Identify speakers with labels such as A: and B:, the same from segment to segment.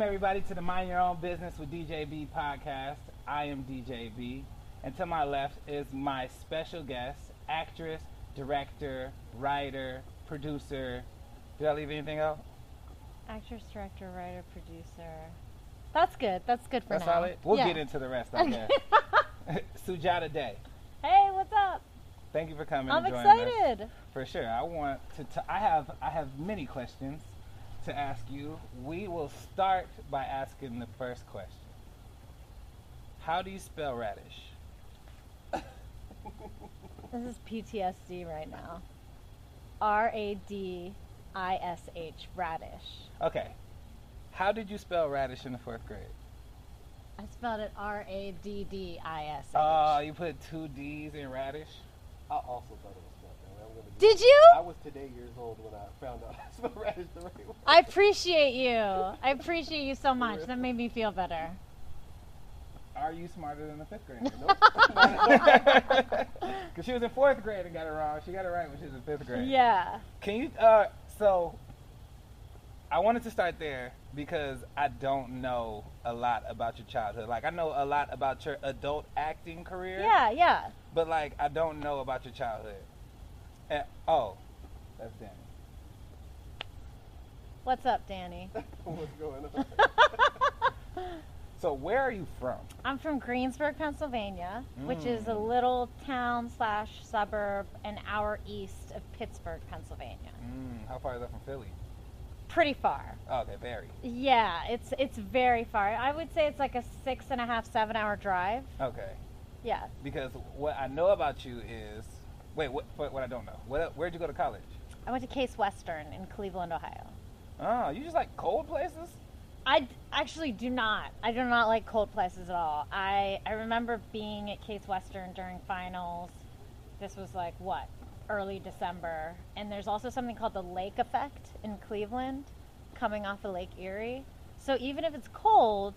A: everybody to the Mind Your Own Business with DJB podcast. I am DJB, and to my left is my special guest, actress, director, writer, producer. Did I leave anything out?
B: Actress, director, writer, producer. That's good. That's good for
A: That's
B: now.
A: all it. We'll
B: Yeah.
A: get into the rest. I guess. Sujata Day,
B: hey, what's up?
A: thank you for coming.
B: I'm
A: and joining us.
B: excited.
A: For sure. I want to. T- I have. I have many questions to ask you. We will start by asking the first question. How do you spell radish?
B: This is PTSD right now. R A D I S H radish.
A: Okay. How did you spell radish in the fourth grade?
B: I spelled it R A D D I S H.
A: Oh, you put two D's in radish.
C: I also thought it was nothing. I'm gonna be-
B: Did you?
C: I was today years old when I found out I spelled radish the right way.
B: I appreciate you. I appreciate you so much. That made me feel better.
A: Are you smarter than the fifth grader?
C: Nope.
A: Because she was in fourth grade and got it wrong. She got it right when she was in fifth grade.
B: Yeah.
A: Can you? Uh, so I wanted to start there because I don't know a lot about your childhood. Like I know a lot about your adult acting career.
B: Yeah, yeah.
A: But like I don't know about your childhood. And, oh, that's Danny.
B: What's up, Danny?
C: What's going on?
A: So where are you from?
B: I'm from Greensburg, Pennsylvania, which is a
A: Mm.
B: little town slash suburb an hour east of Pittsburgh, Pennsylvania.
A: Mm, how far is that from Philly?
B: Pretty far.
A: Oh, okay, very.
B: Yeah, it's it's very far. I would say it's like a six and a half, seven hour drive.
A: Okay.
B: Yeah.
A: Because what I know about you is wait, what? What, what I don't know. What, where'd you go to college?
B: I went to Case Western in Cleveland, Ohio.
A: Oh, you just like cold places?
B: I d- actually do not. I do not like cold places at all. I, I remember being at Case Western during finals. This was like, what, early December. And there's also something called the lake effect in Cleveland coming off of Lake Erie. So even if it's cold,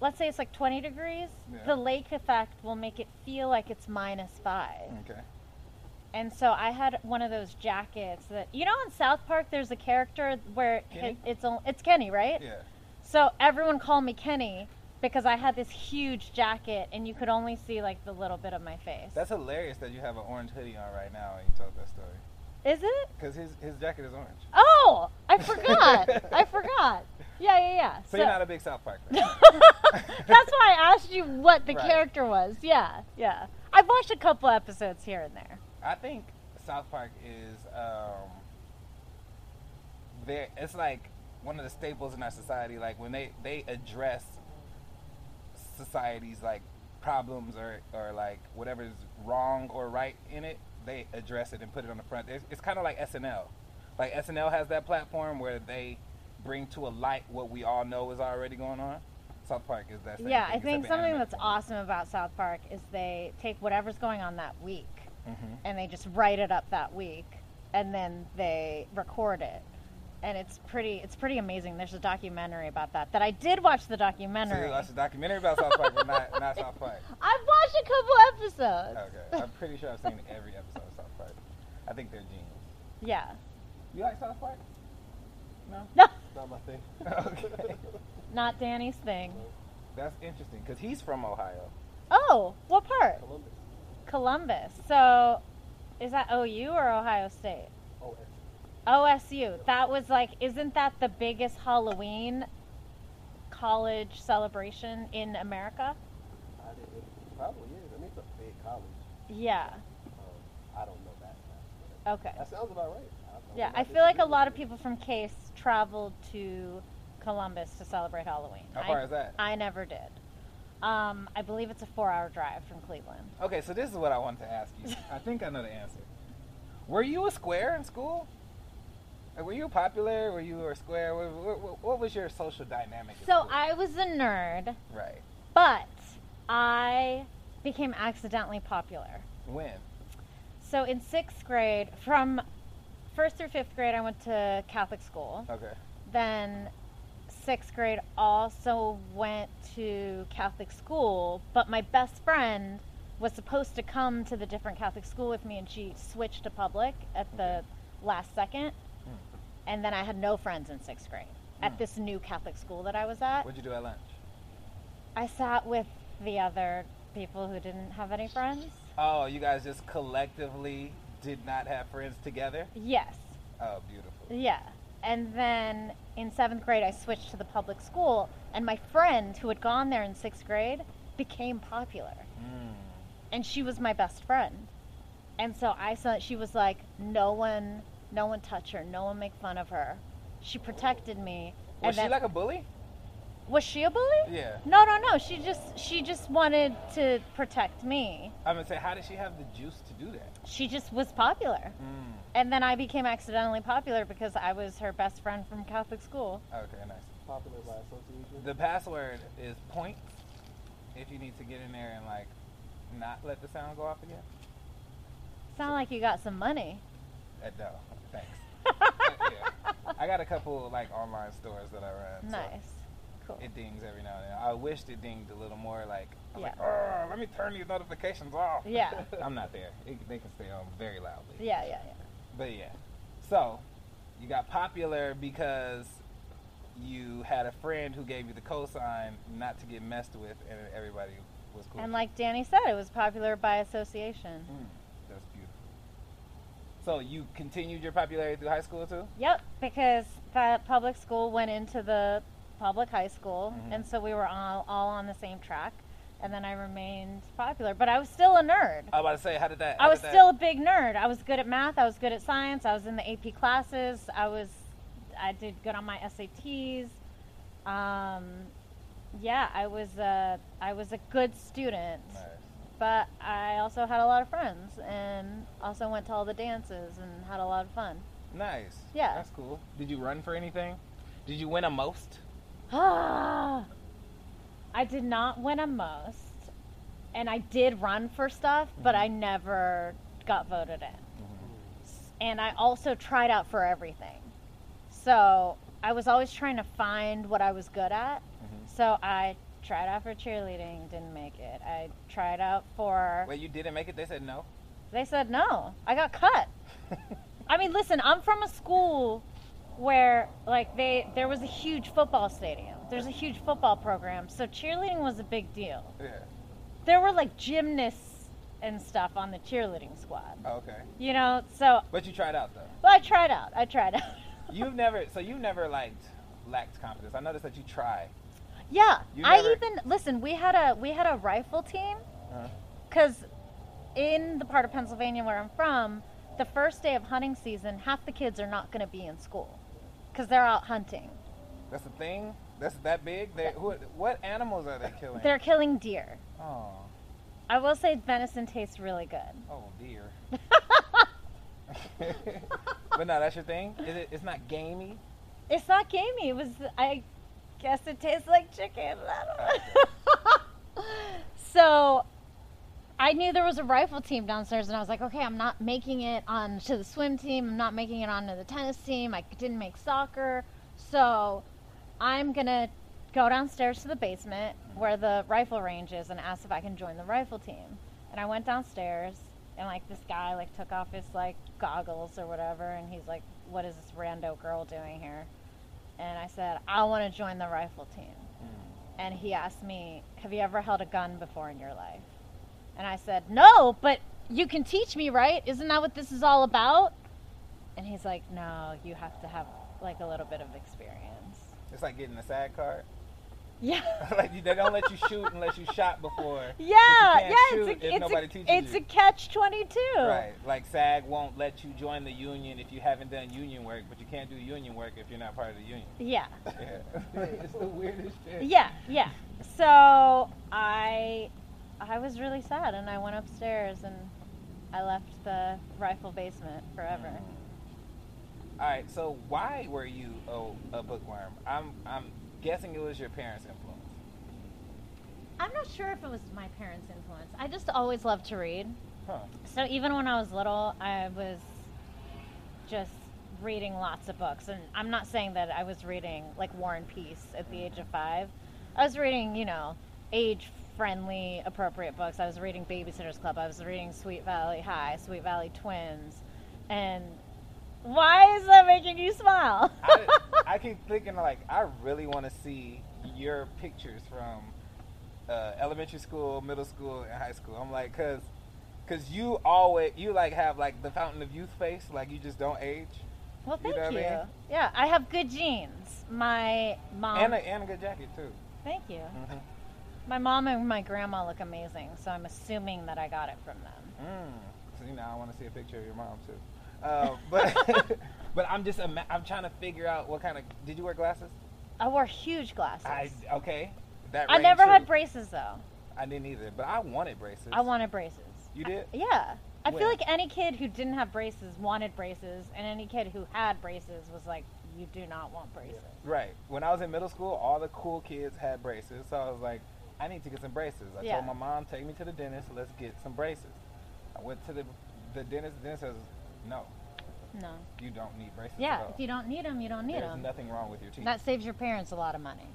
B: let's say it's like 20 degrees,
A: Yeah.
B: the lake effect will make it feel like it's minus five.
A: Okay.
B: And so I had one of those jackets that, you know, in South Park, there's a character where
A: Kenny?
B: it, it's, on- it's Kenny, right?
A: Yeah.
B: So everyone called me Kenny because I had this huge jacket and you could only see like the little bit of my face.
A: That's hilarious that you have an orange hoodie on right now and you told that story.
B: Is it?
A: Because his, his jacket is orange.
B: Oh, I forgot. I forgot. Yeah, yeah, yeah.
A: So, you're not a big South Park fan.
B: that's why I asked you what the
A: Right.
B: character was. Yeah, yeah. I've watched a couple episodes here and there.
A: I think South Park is um there it's like one of the staples in our society like when they they address society's like problems or or like whatever's wrong or right in it they address it and put it on the front it's, it's kind of like SNL like SNL has that platform where they bring to a light what we all know is already going on South Park is that same
B: yeah,
A: thing,
B: I think
A: except in
B: something
A: animated
B: that's
A: form.
B: awesome about South Park is they take whatever's going on that week
A: Mhm.
B: and they just write it up that week and then they record it. And it's pretty it's pretty amazing. There's a documentary about that that I did watch the
A: so
B: documentary.
A: you watched a documentary about South Park but not, not South Park
B: I've watched a couple episodes.
A: Okay, I'm pretty sure I've seen every episode of South Park. I think they're genius.
B: Yeah.
A: You like South Park?
C: Not my thing.
A: okay,
B: Not Danny's thing.
A: that's interesting because he's from Ohio.
B: Oh, what part?
C: Columbus.
B: Columbus. So is that OU or Ohio State?
C: Oh, S.
B: OSU. That was like, isn't that the biggest Halloween college celebration in America?
C: I didn't. It probably is. I mean, it's a big college.
B: Yeah.
C: Um, I don't know that. fact,
B: Okay.
C: but That sounds about right. I don't know.
B: Yeah,
C: I'm
B: I
C: not
B: feel like a
C: disagreeing
B: lot of
C: with you.
B: people from Case traveled to Columbus to celebrate Halloween.
A: How far
B: I,
A: is that?
B: I never did. Um, I believe it's a four-hour drive from Cleveland.
A: Okay, so this is what I wanted to ask you. I think I know the answer. Were you a square in school? Like, were you popular? Were you a square? What, what, what was your social dynamic? at
B: So
A: school?
B: I was a nerd,
A: right
B: but I became accidentally popular.
A: when?
B: So in sixth grade, from first through fifth grade, I went to Catholic school.
A: Okay,
B: Then sixth grade also went to Catholic school, but my best friend was supposed to come to the different Catholic school with me, and she switched to public at the last second. And then I had no friends in sixth grade. at this new Catholic school that I was at.
A: What'd you do at lunch?
B: I sat with the other people who didn't have any friends.
A: Oh, you guys just collectively did not have friends together?
B: Yes.
A: Oh, beautiful.
B: Yeah. And then in seventh grade, I switched to the public school, and my friend who had gone there in sixth grade became popular.
A: Mm.
B: And she was my best friend. And so I saw she was like, no one, no one touch her, no one make fun of her. She protected me.
A: Was
B: and
A: she
B: then-
A: like a bully?
B: was she a bully?
A: Yeah.
B: No, no, no. She just she just wanted to protect me.
A: I'm gonna say, how did she have the juice to do that?
B: She just was popular.
A: Mm.
B: And then I became accidentally popular because I was her best friend from Catholic school.
A: Okay, nice.
D: Popular by association.
A: The password is points. If you need to get in there and like not let the sound go off again,
B: Sound like you got some money.
A: uh, no, thanks. yeah. I got a couple like online stores that I run. so
B: Nice. Cool.
A: it dings every now and then. I wished it dinged a little more. Like, I'm like,
B: Yeah.
A: "Arr, let me turn these notifications off.
B: Yeah.
A: I'm not there. It, they can stay on very loudly.
B: Yeah, yeah, yeah.
A: But yeah. So, you got popular because you had a friend who gave you the cosign not to get messed with, and everybody was cool.
B: And like Danny said, it was popular by association.
A: Mm, that's beautiful. So, you continued your popularity through high school too?
B: Yep, because that public school went into the public high school,
A: Mhm.
B: and so we were all, all on the same track. And then I remained popular, but I was still a nerd.
A: I was about to say, how did that?
B: I
A: how
B: was
A: did that-
B: still a big nerd. I was good at math. I was good at science. I was in the AP classes. I was, I did good on my SATs. Um, yeah, I was a, I was a good student,
A: Nice.
B: but I also had a lot of friends and also went to all the dances and had a lot of fun.
A: Nice.
B: Yeah.
A: That's cool. Did you run for anything? Did you win a most?
B: Ah, I did not win a most, and I did run for stuff, but I never got voted in.
D: Hmm.
B: and I also tried out for everything. So I was always trying to find what I was good at.
A: Mhm.
B: So I tried out for cheerleading, didn't make it. I tried out for.
A: Well, you didn't make it. They said no.
B: They said no. I got cut. I mean, listen, I'm from a school where like they there was a huge football stadium. There's a huge football program, so cheerleading was a big deal.
A: Yeah.
B: There were like gymnasts and stuff on the cheerleading squad.
A: Oh, okay.
B: You know, so
A: But you tried out though.
B: well, I tried out. I tried out.
A: You've never. So you never like lacked confidence. I noticed that you try.
B: Yeah,
A: You
B: I
A: never-
B: even listen. We had a we had a rifle team
A: Uh-huh.
B: because in the part of Pennsylvania where I'm from, the first day of hunting season, half the kids are not going to be in school because they're out hunting.
A: That's the thing. That's that big. They, who, what animals are they killing?
B: They're killing deer.
A: oh,
B: I will say venison tastes really good.
A: oh dear. but no, that's your thing. Is it, it's not gamey.
B: It's not gamey. It was I guess it tastes like chicken. I don't know. so I knew there was a rifle team downstairs, and I was like, okay, I'm not making it on to the swim team. I'm not making it onto the tennis team. I didn't make soccer, so I'm gonna go downstairs to the basement where the rifle range is and ask if I can join the rifle team. And I went downstairs, and like this guy like took off his like goggles or whatever, and he's like, what is this rando girl doing here? And I said, I want to join the rifle team. And he asked me, Have you ever held a gun before in your life? And I said, No, but you can teach me, right? Isn't that what this is all about? And he's like, No, you have to have like a little bit of experience.
A: It's like getting a sad card.
B: Yeah.
A: like you, they don't let you shoot unless you shot before.
B: Yeah,
A: But you
B: yeah,
A: can't shoot
B: it's
A: if
B: a,
A: nobody
B: it's,
A: teaches
B: a, it's
A: you.
B: a catch 22.
A: Right. Like SAG won't let you join the union if you haven't done union work, but you can't do union work if you're not part of the union.
B: Yeah.
A: Yeah. it's the weirdest shit.
B: Yeah, yeah. So I I was really sad and I went upstairs and I left the rifle basement forever.
A: Mm. All right. So why were you a, a bookworm? I'm I'm guessing it was your parents' influence.
B: I'm not sure if it was my parents' influence. I just always loved to read.
A: Huh.
B: So even when I was little, I was just reading lots of books. And I'm not saying that I was reading like War and Peace at the age of five. I was reading, you know, age friendly, appropriate books. I was reading Babysitter's Club. I was reading Sweet Valley High, Sweet Valley Twins. And why is that making you smile?
A: I, I keep thinking like I really want to see your pictures from uh, elementary school, middle school, and high school. I'm like, cause, cause you always you like have like the fountain of youth face, like you just don't age,
B: Well,
A: You
B: thank
A: know
B: you.
A: what I mean?
B: Yeah, I have good genes. My mom.
A: and a and a good jacket too.
B: thank you.
A: Mhm.
B: My mom and my grandma look amazing, so I'm assuming that I got it from them.
A: Mm. So, you know, I want to see a picture of your mom too. Uh, but but I'm just ima- I'm trying to figure out what kind of did you wear glasses?
B: I wore huge glasses.
A: I okay. That
B: I
A: rang
B: never
A: true.
B: had braces though.
A: I didn't either, but I wanted braces.
B: I wanted braces.
A: You did?
B: Yeah. I feel
A: When?
B: like any kid who didn't have braces wanted braces, and any kid who had braces was like, "You do not want braces."
A: Right. When I was in middle school, all the cool kids had braces, so I was like, I need to get some braces. I
B: Yeah.
A: told my mom, take me to the dentist. Let's get some braces. I went to the the dentist. The dentist says, No,
B: No.
A: you don't need braces.
B: Yeah.
A: at all.
B: If you don't need them, you don't need
A: There's
B: them.
A: nothing wrong with your teeth.
B: That saves your parents a lot of money.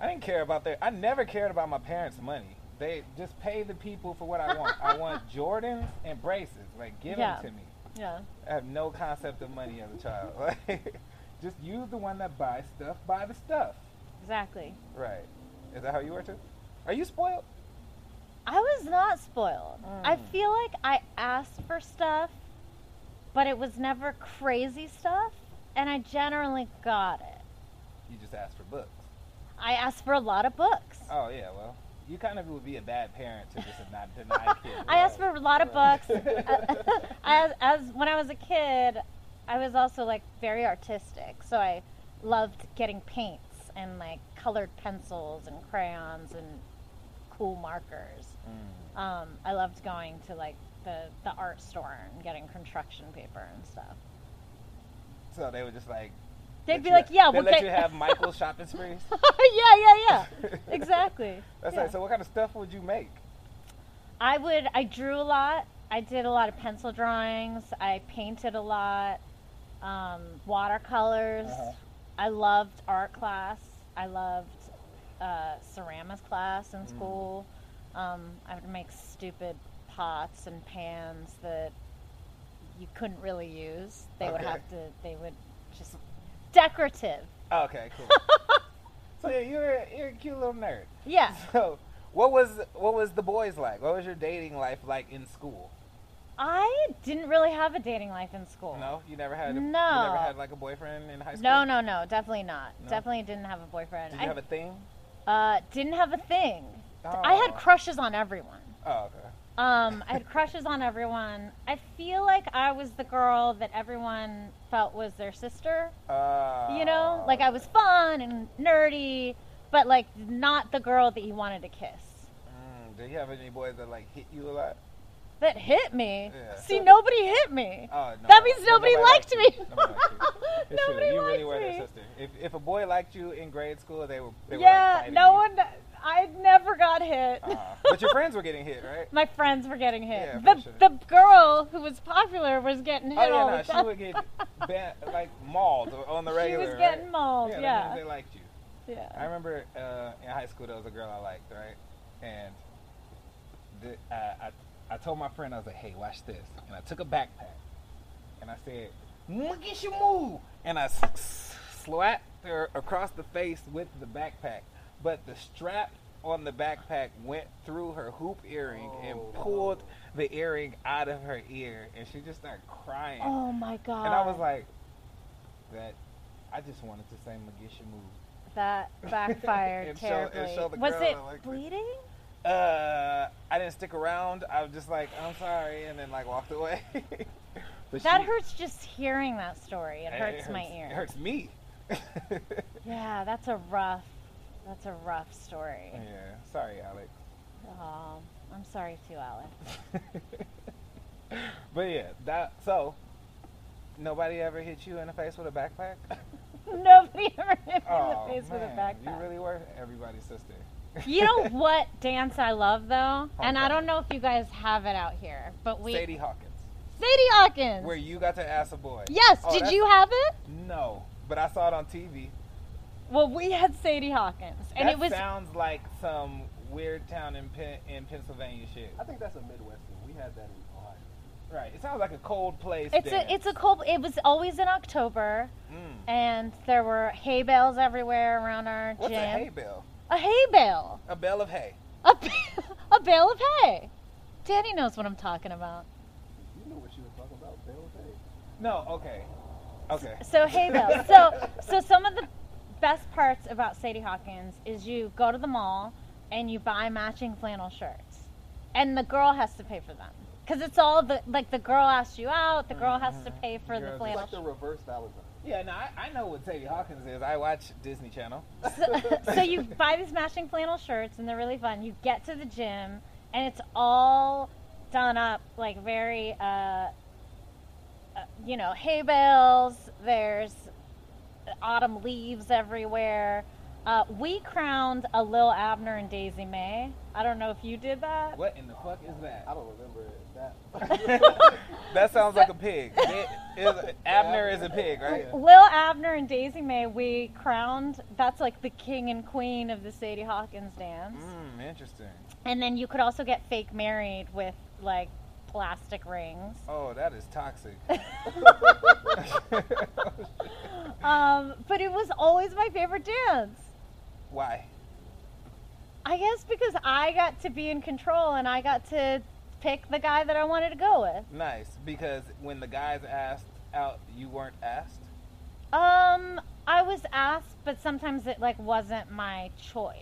A: I didn't care about their. I never cared about my parents' money. They just pay the people for what I want. I want Jordans and braces. Like, give
B: Yeah.
A: them to me.
B: Yeah.
A: I have no concept of money as a child. Like, just you, the one that buys stuff, buy the stuff.
B: Exactly.
A: Right. Is that how you were too? Are you spoiled?
B: I was not spoiled. I
A: Mm.
B: feel like I asked for stuff, but it was never crazy stuff, and I generally got it.
A: You just asked for books.
B: I asked for a lot of books.
A: Oh yeah, well, you kind of would be a bad parent to just not deny kids.
B: I asked for
A: right?
B: a lot of
A: Right.
B: books. as, as when I was a kid, I was also like very artistic, so I loved getting paints and like colored pencils and crayons and cool markers.
A: Mm.
B: Um, I loved going to like the the art store and getting construction paper and stuff.
A: So they were just like.
B: They'd
A: let
B: be
A: you-
B: like, "Yeah,
A: they
B: we'll
A: let
B: get-
A: you have Michael's shopping sprees.
B: yeah, yeah, yeah. Exactly.
A: That's
B: yeah.
A: right. So what kind of stuff would you make?
B: I would. I drew a lot. I did a lot of pencil drawings. I painted a lot. Um, watercolors.
A: Uh-huh.
B: I loved art class. I loved uh, ceramics class
A: Mm.
B: in school. Um, I would make stupid pots and pans that you couldn't really use. They would
A: Okay.
B: have to. They would just decorative.
A: Okay, cool. so yeah, you're you're a cute little nerd.
B: Yeah.
A: So what was what was the boys like? What was your dating life like in school?
B: I didn't really have a dating life in school.
A: No, you never had a, you
B: No.
A: never had like a boyfriend in high school.
B: No, no, no, definitely not.
A: No?
B: Definitely didn't have a boyfriend.
A: Did
B: I
A: you have a thing?
B: uh, didn't have a thing. I had
A: Oh.
B: crushes on everyone.
A: Oh, okay.
B: Um, I had crushes on everyone. I feel like I was the girl that everyone felt was their sister.
A: Uh,
B: You know, like I was fun and nerdy, but like not the girl that you wanted to kiss.
A: Mm, do you have any boys that like hit you a lot?
B: That hit me.
A: Yeah.
B: See, nobody hit me.
A: Oh no.
B: That means nobody liked
A: liked
B: me.
A: you. Nobody liked you. It's true.
B: Nobody
A: You really
B: liked
A: were their
B: me.
A: sister. If, if a boy liked you in grade school, they were. They
B: yeah,
A: were, like, fighting
B: no
A: you.
B: one. I never got hit.
A: Uh, but your friends were getting hit, right?
B: My friends were getting hit.
A: Yeah, for
B: the
A: sure.
B: the girl who was popular was getting hit
A: Oh yeah,
B: all
A: no,
B: the
A: she
B: time.
A: would get ban- like mauled on the regular.
B: she was
A: right?
B: getting mauled.
A: Yeah, that means
B: Yeah,
A: they liked you. I
B: yeah.
A: remember uh, in high school there was a girl I liked, right? And the, I, I I told my friend I was like, "Hey, watch this," and I took a backpack and I said, "Look at you move," and I s- s- slapped her across the face with the backpack, but the strap on the backpack went through her hoop earring and
D: Oh.
A: pulled the earring out of her ear, and she just started crying.
B: Oh my god.
A: And I was like, that I just wanted to say Magisha move.
B: that backfired
A: And show- and
B: terribly.
A: show the
B: was
A: girl
B: it
A: I liked it.
B: bleeding?
A: Uh, I didn't stick around. I was just like, I'm sorry, and then like walked away. But
B: That
A: she-
B: hurts just hearing that story. It hurts, my ear.
A: It hurts me.
B: Yeah, that's a rough. That's a rough story.
A: yeah, sorry, Alex.
B: Oh, I'm sorry too, Alex.
A: But yeah, that so. Nobody ever hit you in the face with a backpack?
B: Nobody ever hit me
A: Oh,
B: in the face with a
A: man,
B: backpack.
A: You really were everybody's sister.
B: You know what dance I love though, and I
A: Okay.
B: don't know if you guys have it out here, but we
A: Sadie Hawkins,
B: Sadie Hawkins.
A: where you got to ask a boy.
B: yes,
A: Oh,
B: did
A: that's-
B: you have it?
A: No, but I saw it on TV.
B: Well, we had Sadie Hawkins, and
A: that
B: it was
A: sounds like some weird town in Pen- in Pennsylvania shit.
B: Uh,
D: I think that's a Midwestern. We had that in Ohio.
A: Right. It sounds like a cold place.
B: It's a it's a cold. It was always in October,
A: Mm.
B: and there were hay bales everywhere around our
A: What's
B: gym.
A: a hay bale?
B: A hay bale.
A: A bale of hay.
B: A, b- a bale of hay. Danny knows what I'm talking about.
D: You know what she was talking about, Bill Pay.
A: No. Okay. Okay.
B: So hay bales. So so some of the best parts about Sadie Hawkins is you go to the mall and you buy matching flannel shirts, and the girl has to pay for them because it's all the like the girl asked you out. The girl has to pay for
A: Mm-hmm.
B: the
A: Girl,
D: It's
B: flannel.
D: like the reverse Valentine.
A: Yeah. No, I, I know what Sadie Hawkins is. I watch Disney Channel.
B: so you buy these matching flannel shirts and they're really fun. You get to the gym and it's all done up like very, uh, uh, you know, hay bales. There's autumn leaves everywhere. Uh, we crowned a Lil Abner and Daisy May. I don't know if you did that.
A: What in the fuck is
D: I
A: that?
D: don't remember it, that.
A: That sounds like a pig. It- is- Abner is a pig, right?
D: Yeah.
B: Lil Abner and Daisy May, we crowned. That's like the king and queen of the Sadie Hawkins dance.
A: Mm, interesting.
B: And then you could also get fake married with like plastic rings.
A: Oh, that is toxic.
B: Um, but it was always my favorite dance.
A: Why?
B: I guess because I got to be in control and I got to pick the guy that I wanted to go with.
A: Nice, because when the guys asked out, you weren't asked.
B: Um, I was asked, but sometimes it like wasn't my choice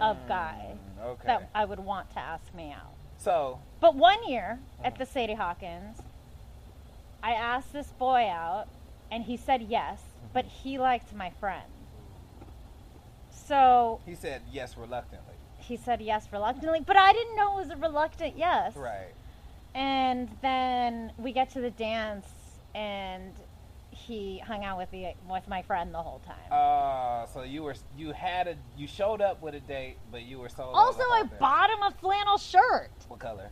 B: of guy
A: Mm, Okay.
B: that I would want to ask me out.
A: So,
B: But one year at the Sadie Hawkins, I asked this boy out, and he said yes, but he liked my friend. So
A: he said yes reluctantly.
B: he said yes reluctantly, but I didn't know it was a reluctant yes.
A: Right.
B: And then we get to the dance, and he hung out with the with my friend the whole time.
A: Uh, so you were you had a you showed up with a date, but you were sold. on
B: also,
A: the
B: I
A: whole thing.
B: bought him a flannel shirt.
A: What color?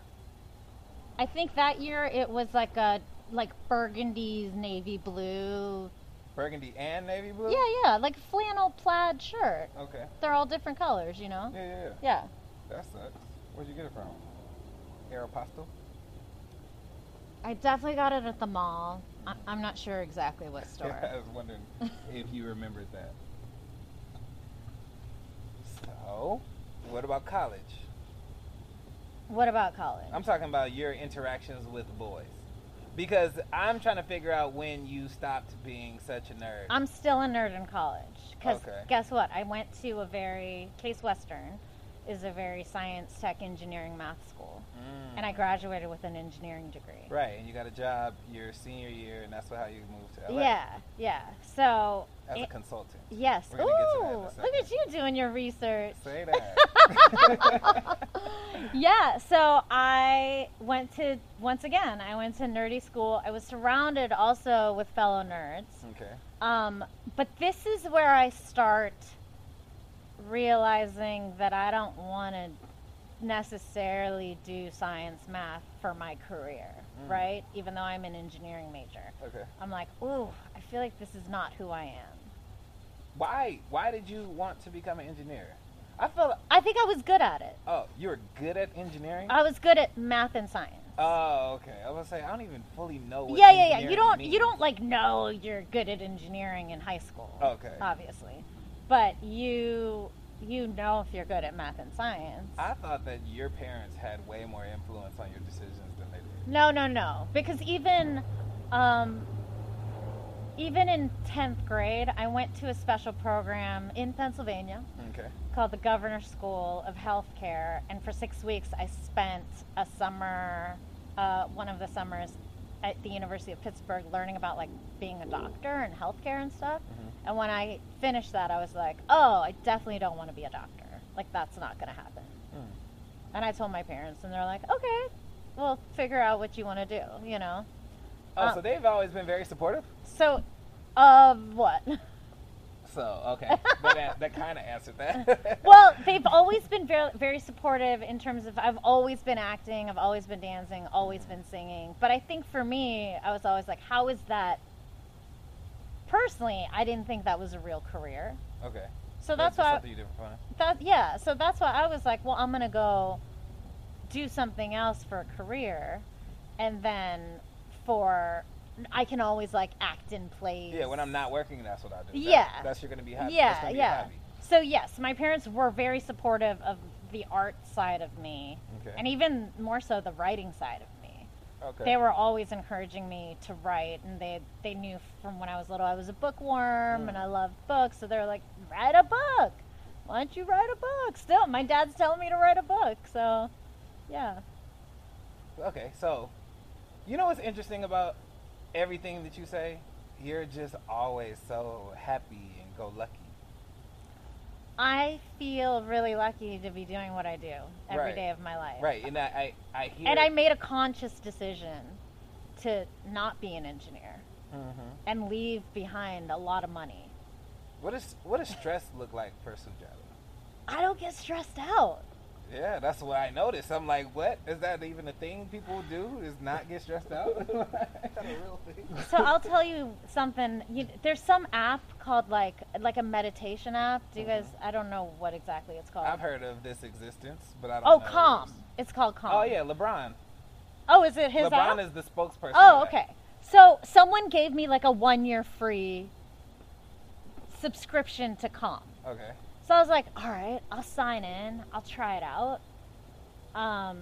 B: I think that year it was like a like burgundy navy blue
A: Burgundy and navy blue.
B: Yeah, yeah, like flannel plaid shirt.
A: Okay.
B: They're all different colors, you know.
A: Yeah, yeah, yeah.
B: Yeah.
A: That sucks. Where'd you get it from? Aeropostale.
B: I definitely got it at the mall. I- I'm not sure exactly what
A: I
B: store.
A: was wondering if you remembered that. So, what about college?
B: what about college?
A: I'm talking about your interactions with boys. Because I'm trying to figure out when you stopped being such a nerd.
B: I'm still a nerd in college because
A: Okay.
B: guess what? I went to a very Case Western is a very science, tech, engineering, math school,
A: Mm.
B: and I graduated with an engineering degree.
A: Right, and you got a job your senior year, and that's how you moved to LA
B: Yeah, yeah. So
A: as a
B: it-
A: consultant.
B: yes.
A: We're
B: Ooh,
A: gonna get to that in a
B: look at
A: second.
B: you doing your research.
A: Say that.
B: Yeah, so I went to once again, I went to nerdy school. I was surrounded also with fellow nerds.
A: okay.
B: Um, but this is where I start realizing that I don't want to necessarily do science math for my career,
A: Mm.
B: right? Even though I'm an engineering major.
A: Okay.
B: I'm like, "Ooh, I feel like this is not who I am."
A: Why? Why did you want to become an engineer? I felt.
B: I think I was good at it.
A: Oh, you were good at engineering.
B: I was good at math and science.
A: oh, okay. I was gonna say I don't even fully know. What
B: yeah, yeah, yeah. You
A: engineering
B: don't
A: means.
B: you don't like know you're good at engineering in high school.
A: Okay.
B: Obviously. But you you know if you're good at math and science.
A: I thought that your parents had way more influence on your decisions than they did.
B: no, no, no. Because even um even in 10th grade, I went to a special program in Pennsylvania
A: Okay.
B: called the Governor School of Healthcare, and for six weeks I spent a summer, uh, one of the summers, at the University of Pittsburgh, learning about like being a doctor and healthcare and stuff. And when I finished that, I was like, oh, I definitely don't want to be a doctor. Like that's not going to happen.
A: Mm.
B: And I told my parents, and they're like, okay, well, figure out what you want to do, you know.
A: Oh,
B: Uh,
A: so they've always been very supportive.
B: So, of what?
A: So okay, but that, that kind of answered that.
B: well, they've always been very, very supportive in terms of I've always been acting, I've always been dancing, always been singing. But I think for me, I was always like, how is that? Personally, I didn't think that was a real career.
A: okay.
B: So that's why
A: something you did for fun.
B: that yeah, so that's why I was like, well, I'm going to go do something else for a career. and then for I can always like act in plays.
A: Yeah, when I'm not working, that's what I do. That-
B: Yeah.
A: that's you're gonna be happy. that's
B: yeah,
A: gonna be
B: yeah.
A: happy.
B: So yes, my parents were very supportive of the art side of me,
A: Okay.
B: and even more so the writing side of me.
A: Okay.
B: They were always encouraging me to write, and they they knew from when I was little I was a bookworm
A: Mm.
B: and I loved books, so they were like, write a book. Why don't you write a book? Still, my dad's telling me to write a book, so yeah.
A: Okay, so you know what's interesting about everything that you say? You're just always so happy and go lucky.
B: I feel really lucky to be doing what I do every day
A: Right.
B: of my life.
A: Right, and I I, I hear
B: And I made a conscious decision to not be an engineer
A: Mhm.
B: and leave behind a lot of money.
A: What is what does stress look like for Sujata?
B: I don't get stressed out.
A: Yeah, that's what I noticed. I'm like, what is that even a thing people do? Is not get stressed out?
D: Is that a real thing?
B: So I'll tell you something. You, there's some app called like like a meditation app. Do you guys? I don't know what exactly it's called.
A: Mm-hmm. I've heard of this existence, but I don't.
B: oh,
A: know.
B: Calm. It's called Calm.
A: Oh yeah, LeBron.
B: Oh, is it his app?
A: LeBron is the spokesperson.
B: Oh,
A: of that.
B: okay. So someone gave me like a one year free subscription to Calm.
A: Okay.
B: So I was like, all right, I'll sign in, I'll try it out. Um,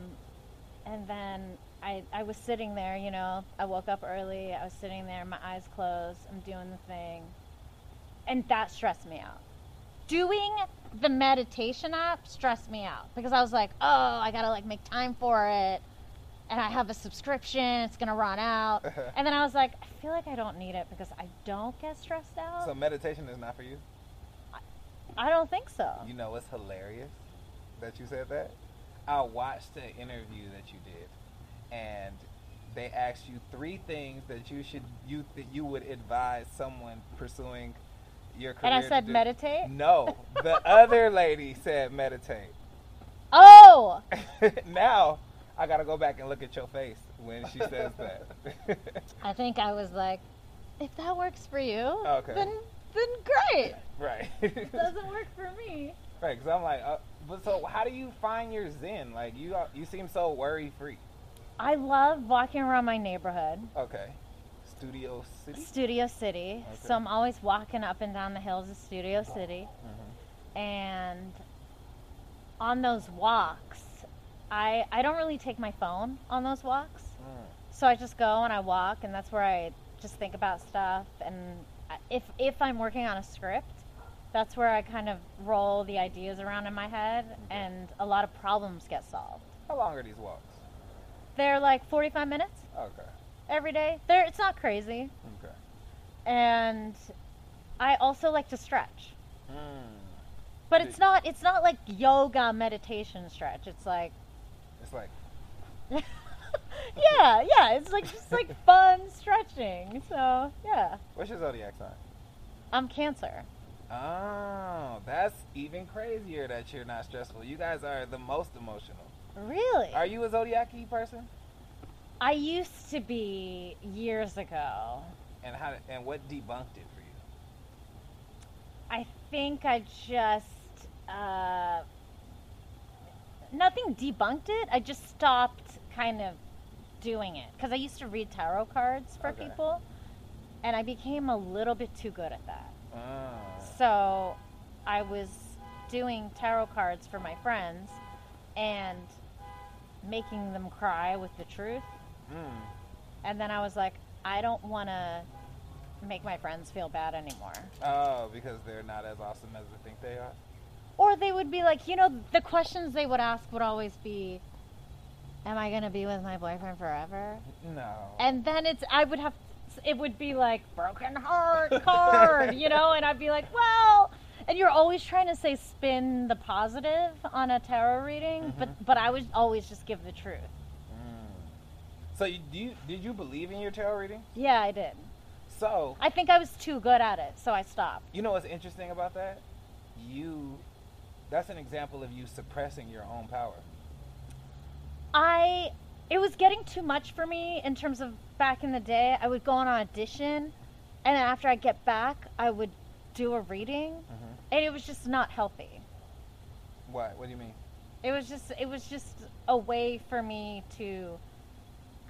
B: and then I, I was sitting there, you know, I woke up early, I was sitting there, my eyes closed, I'm doing the thing. And that stressed me out. Doing the meditation app stressed me out because I was like, oh, I gotta like make time for it. And I have a subscription, it's gonna run out. and then I was like, I feel like I don't need it because I don't get stressed out.
A: So meditation is not for you.
B: I don't think so.
A: You know what's hilarious that you said that? I watched the interview that you did, and they asked you three things that you should you that you would advise someone pursuing your career.
B: And I
A: to
B: said
A: do.
B: meditate?
A: No, the other lady said meditate.
B: Oh,
A: now I gotta go back and look at your face when she says that.
B: I think I was like, if that works for you,
A: Oh, Okay.
B: then then great.
A: right.
B: It doesn't work for me.
A: right. Because I'm like, uh, but so how do you find your zen? Like you you seem so worry free.
B: I love walking around my neighborhood,
A: Okay. Studio City.
B: Studio City.
A: Okay.
B: So I'm always walking up and down the hills of Studio City,
A: Mm-hmm.
B: and on those walks, I I don't really take my phone on those walks.
A: Mm.
B: So I just go and I walk, and that's where I just think about stuff. And I- if if I'm working on a script, that's where I kind of roll the ideas around in my head, and a lot of problems get solved.
A: How long are these walks?
B: They're like 45 minutes
A: Okay.
B: every day. They're, it's not crazy,
A: Okay.
B: and I also like to stretch,
A: Mm.
B: but it's not it's not like yoga meditation stretch. It's like
A: It's like
B: yeah, yeah. It's like just like fun stretching. So yeah,
A: what's your zodiac sign?
B: I'm Cancer.
A: Oh, that's even crazier that you're not stressful. You guys are the most emotional.
B: Really?
A: Are you a zodiac person?
B: I used to be years ago.
A: And how and what debunked it for you?
B: I think I just uh, nothing debunked it. I just stopped kind of doing it because I used to read tarot cards for
A: Okay.
B: people, and I became a little bit too good at that.
A: Mm.
B: So I was doing tarot cards for my friends and making them cry with the truth.
A: Mm.
B: And then I was like, I don't want to make my friends feel bad anymore.
A: Oh, because they're not as awesome as they think they are.
B: Or they would be like, you know, the questions they would ask would always be, Am I going to be with my boyfriend forever?
A: No.
B: And then it's, I would have, it would be like, Broken heart card, you know? And I'd be like, Well, and you're always trying to say spin the positive on a tarot reading, but, but I would always just give the truth.
A: so you, do you did you believe in your tarot reading?
B: Yeah, I did.
A: So
B: I think I was too good at it, so I stopped.
A: You know what's interesting about that? You, that's an example of you suppressing your own power.
B: I it was getting too much for me in terms of back in the day. I would go on audition, and then after I get back, I would do a reading,
A: Mm. Mm-hmm.
B: and it was just not healthy.
A: What? What do you mean?
B: It was just it was just a way for me to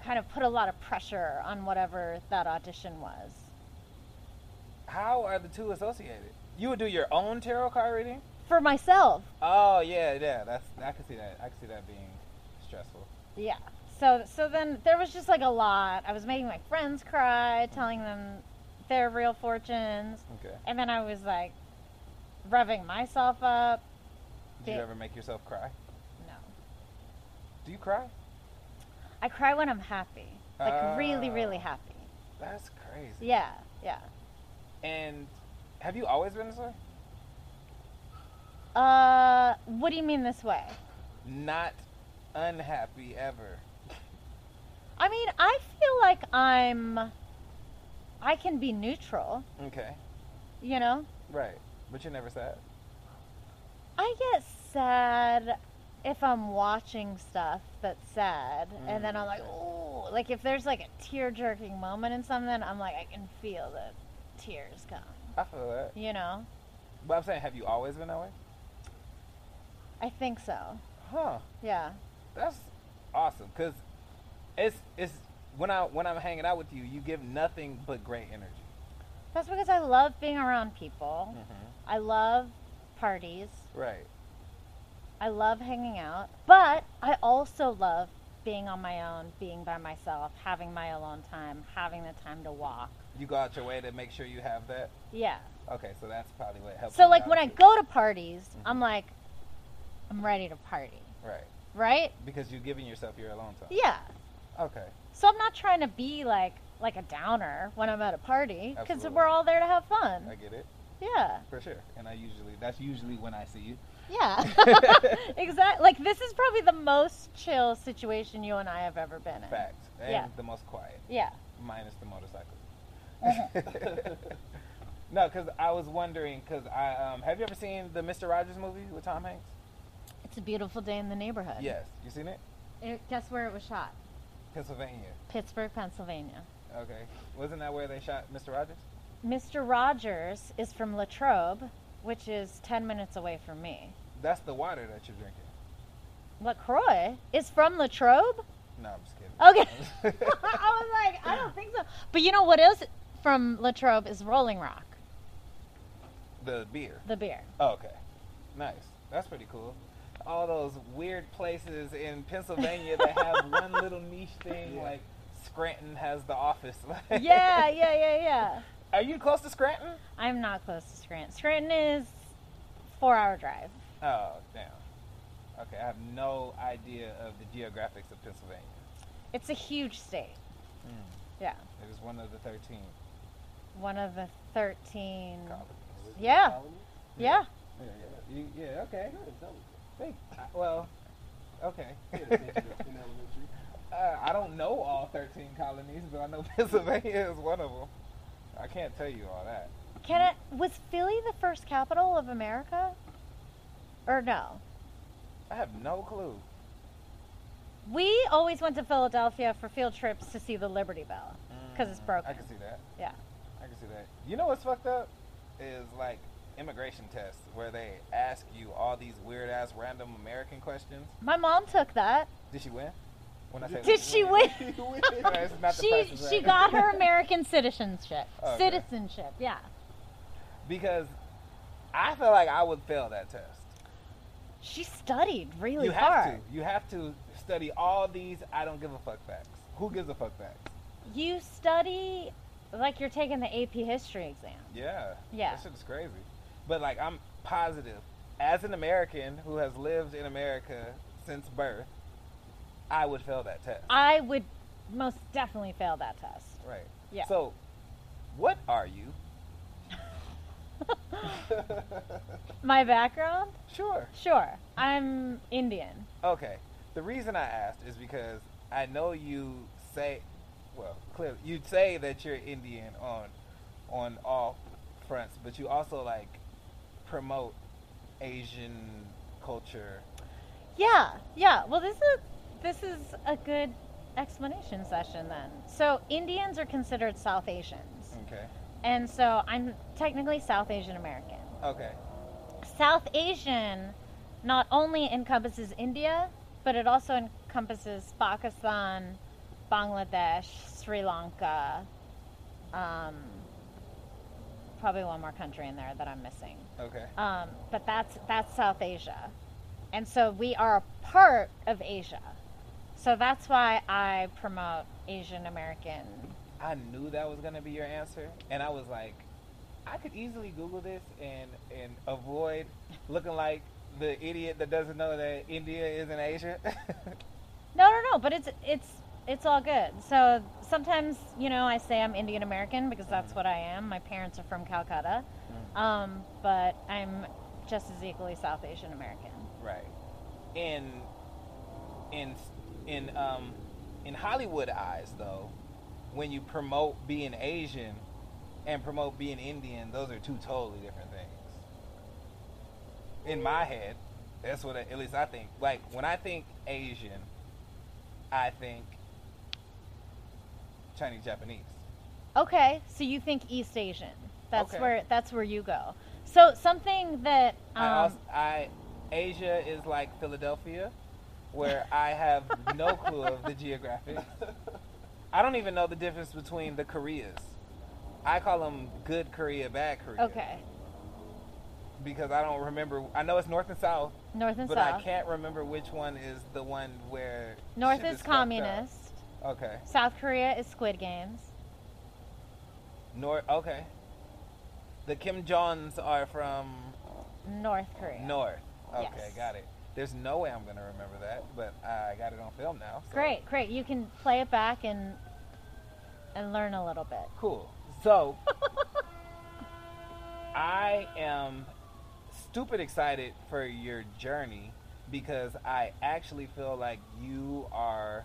B: kind of put a lot of pressure on whatever that audition was.
A: How are the two associated? You would do your own tarot card reading?
B: For myself,
A: Oh yeah, yeah. That's I can see that. I can see that being stressful.
B: yeah. So so then there was just like a lot. I was making my friends cry, telling them their real fortunes,
A: Okay.
B: and then I was like revving myself up.
A: Do you
B: Yeah.
A: ever make yourself cry?
B: No.
A: Do you cry?
B: I cry when I'm happy. Like really
A: Ah.
B: really happy.
A: That's crazy.
B: Yeah, yeah.
A: And have you always been this way?
B: Uh, what do you mean this way?
A: Not unhappy ever.
B: I mean, I feel like I'm. I can be neutral,
A: Okay.
B: you know?
A: Right. But you're never sad.
B: I get sad if I'm watching stuff that's sad, and then I'm like,
A: Mm,
B: ooh, like if there's like a tear jerking moment in something, I'm like, I can feel the tears come,
A: I feel that.
B: you know?
A: But I'm saying, have you always been that way?
B: I think so.
A: Huh.
B: Yeah.
A: That's awesome. Cause it's it's when I when I'm hanging out with you, you give nothing but great energy.
B: That's because I love being around people. I love parties.
A: Right.
B: I love hanging out, but I also love being on my own, being by myself, having my alone time, having the time to walk.
A: You go out your way to make sure you have that.
B: Yeah.
A: Okay, so that's probably what helps.
B: So
A: you
B: like when I
A: balance
B: go to parties, I'm like I'm ready to party,
A: it. right
B: right?
A: because you're giving yourself your alone time.
B: Yeah.
A: Okay,
B: So I'm not trying to be like like a downer when I'm at a party cuz
A: Absolutely.
B: we're all there to have
A: I
B: fun.
A: get it
B: Yeah.
A: for sure. And I usually that's usually when I see you.
B: Yeah. exactly. Like this is probably the most chill situation you and I have ever been in.
A: Facts and
B: Yeah.
A: the most quiet,
B: Yeah.
A: minus the motorcycle. no, because I was wondering because I um, have you ever seen the Mister Rogers movie with Tom Hanks?
B: It's a beautiful day in the neighborhood.
A: Yes, you seen it?
B: It, guess where it was shot?
A: Pennsylvania.
B: Pittsburgh, Pennsylvania.
A: Okay, wasn't that where they shot Mister Rogers?
B: Mr. Rogers is from Latrobe, which is 10 minutes away from me.
A: That's the water that you're drinking.
B: LaCroix is from Latrobe?
A: No, I'm just kidding.
B: Okay. I was like, I don't think so. But you know what is from Latrobe is Rolling Rock,
A: The beer.
B: the beer.
A: Oh, okay. Nice. That's pretty cool. All those weird places in Pennsylvania that have one little niche thing,
D: Yeah.
A: like Scranton has the office. like-
B: Yeah, yeah, yeah, yeah.
A: Are you close to Scranton?
B: I'm not close to Scranton. Scranton is four hour drive.
A: Oh, damn. Okay, I have no idea of the geographics of Pennsylvania.
B: It's a huge state.
A: Hmm.
B: Yeah.
A: It is one of the 13
B: One of the 13.
A: colonies.
B: Yeah.
D: Colony?
B: Yeah.
A: Yeah, yeah. You- yeah, okay.
D: You're intelligent.
A: Think- I- well, okay.
D: You had a teacher in elementary.
A: Uh, I don't know all 13 colonies, but I know Pennsylvania is one of them. I can't tell you all that.
B: Can I, was Philly the first capital of America? Or no?
A: I have no clue.
B: We always went to Philadelphia for field trips to see the Liberty Bell because it's broken.
A: Hmm. I can see that.
B: Yeah.
A: I can see that. You know what's fucked up is like immigration tests where they ask you all these weird ass random American questions.
B: My mom took that.
A: Did she win? When I say
B: Did she win?
A: You win. No, it's not the
B: she
A: prices,
B: she
A: right?
B: got her American citizenship.
A: Okay.
B: Citizenship, yeah.
A: because I feel like I would fail that test.
B: She studied really
A: you have
B: hard.
A: to. You have to study all these. I don't give a fuck facts. Who gives a fuck facts?
B: You study like you're taking the AP history exam.
A: Yeah.
B: Yeah.
A: That shit is crazy. But like I'm positive. As an American who has lived in America since birth, I would fail that test.
B: I would most definitely fail that test.
A: right.
B: Uh, Yeah.
A: So what are you?
B: My background?
A: Sure.
B: Sure. I'm Indian.
A: Okay. The reason I asked is because I know you say well, clearly you say that you're Indian on on all fronts, but you also like promote Asian culture.
B: Yeah, yeah. Well, this is this is a good explanation session then. So Indians are considered South Asians,
A: Okay.
B: and so I'm technically South Asian American.
A: Okay.
B: South Asian not only encompasses India, but it also encompasses Pakistan, Bangladesh, Sri Lanka, um, probably one more country in there that I'm missing.
A: Okay.
B: Um, but that's that's South Asia, and so we are a part of Asia. So that's why I promote Asian American.
A: I knew that was gonna be your answer, and I was like, I could easily Google this and and avoid looking like the idiot that doesn't know that India is in Asia.
B: No, no, no. But it's it's it's all good. So sometimes you know I say I'm Indian American because that's
A: Mm-hmm.
B: what I am. My parents are from Calcutta, um, but I'm just as equally South Asian American.
A: right. In in in um in Hollywood eyes though, when you promote being Asian and promote being Indian, those are two totally different things. In my head, that's what I, at least I think. Like when I think Asian, I think Chinese Japanese.
B: Okay, so you think East Asian? That's
A: Okay.
B: where that's where you go. So something that um,
A: I, also, I Asia is like Philadelphia, where I have no clue of the geographic. I don't even know the difference between the Koreas. I call them good Korea, bad Korea.
B: okay,
A: Because I don't remember. I know it's north and south,
B: North and
A: but I
B: South.
A: can't remember which one is the one where
B: North
A: shit
B: is
A: fucked up.
B: communist.
A: Okay.
B: South Korea is Squid Games.
A: North. Okay. The Kim Jongs are from
B: North Korea.
A: North. Okay,
B: Yes.
A: got it. There's no way I'm gonna remember that, but I got it on film now. so-
B: Great, great. You can play it back and and learn a little bit.
A: Cool. So I am stupid excited for your journey because I actually feel like you are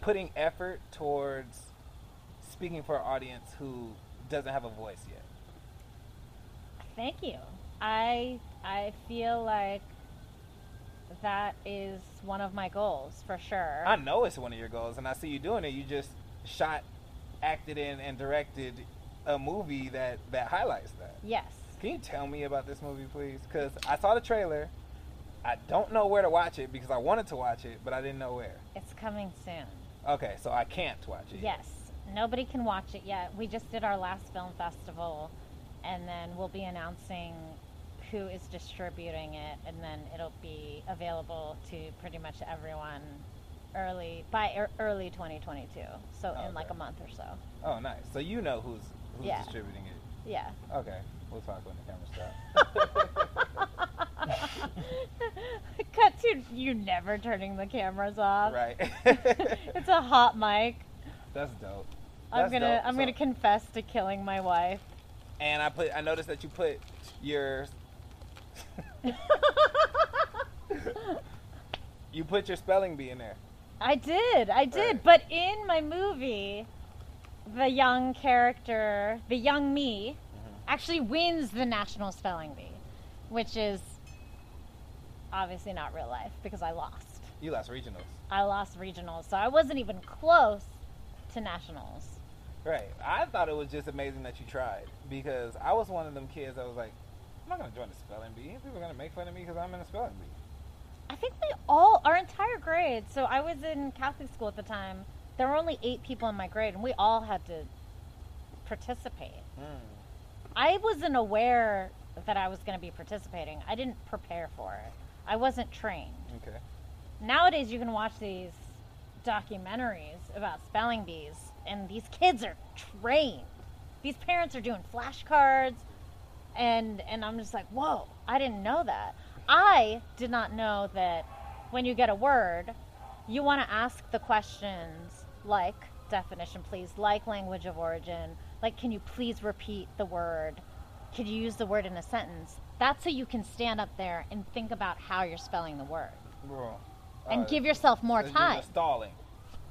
A: putting effort towards speaking for an audience who doesn't have a voice yet.
B: Thank you. I I feel like that is one of my goals for sure.
A: I know it's one of your goals, and I see you doing it. You just shot, acted in, and directed a movie that that highlights that.
B: yes.
A: Can you tell me about this movie, please? Because I saw the trailer. I don't know where to watch it because I wanted to watch it, but I didn't know where.
B: It's coming soon.
A: Okay, so I can't watch it. yet.
B: Yes. Nobody can watch it yet. We just did our last film festival and then we'll be announcing who is distributing it and then it'll be available to pretty much everyone early by ear- early 2022. So in like
A: Okay.
B: a month or so.
A: Oh, nice. So you know who's who's
B: Yeah.
A: distributing it.
B: Yeah.
A: Okay, we'll talk when the camera stops.
B: Cut to you never turning the cameras off.
A: right.
B: It's a hot mic.
A: That's dope.
B: I'm
A: That's
B: gonna
A: dope.
B: I'm
A: So-
B: gonna confess to killing my wife.
A: And I put. I noticed that you put your. you put your spelling bee in there.
B: I did, I did.
A: Right.
B: But in my movie, the young character, the young me,
A: Mm-hmm.
B: actually wins the national spelling bee, which is obviously not real life because I lost.
A: You lost regionals.
B: I lost regionals, so I wasn't even close to nationals.
A: Right. I thought it was just amazing that you tried because I was one of them kids that was like, I'm not gonna join the spelling bee. People are gonna make fun of me because I'm in a spelling bee.
B: I think we all, our entire grade. So I was in Catholic school at the time. There were only eight people in my grade, and we all had to participate.
A: Hmm,
B: I wasn't aware that I was going to be participating. I didn't prepare for it. I wasn't trained.
A: Okay.
B: Nowadays, you can watch these documentaries about spelling bees, and these kids are trained. These parents are doing flashcards, and and I'm just like, whoa! I didn't know that. I did not know that when you get a word, you want to ask the questions like definition, please, like language of origin, like can you please repeat the word? Could you use the word in a sentence? That's so you can stand up there and think about how you're spelling the word
A: Bro.
B: and give yourself more time.
A: Stalling.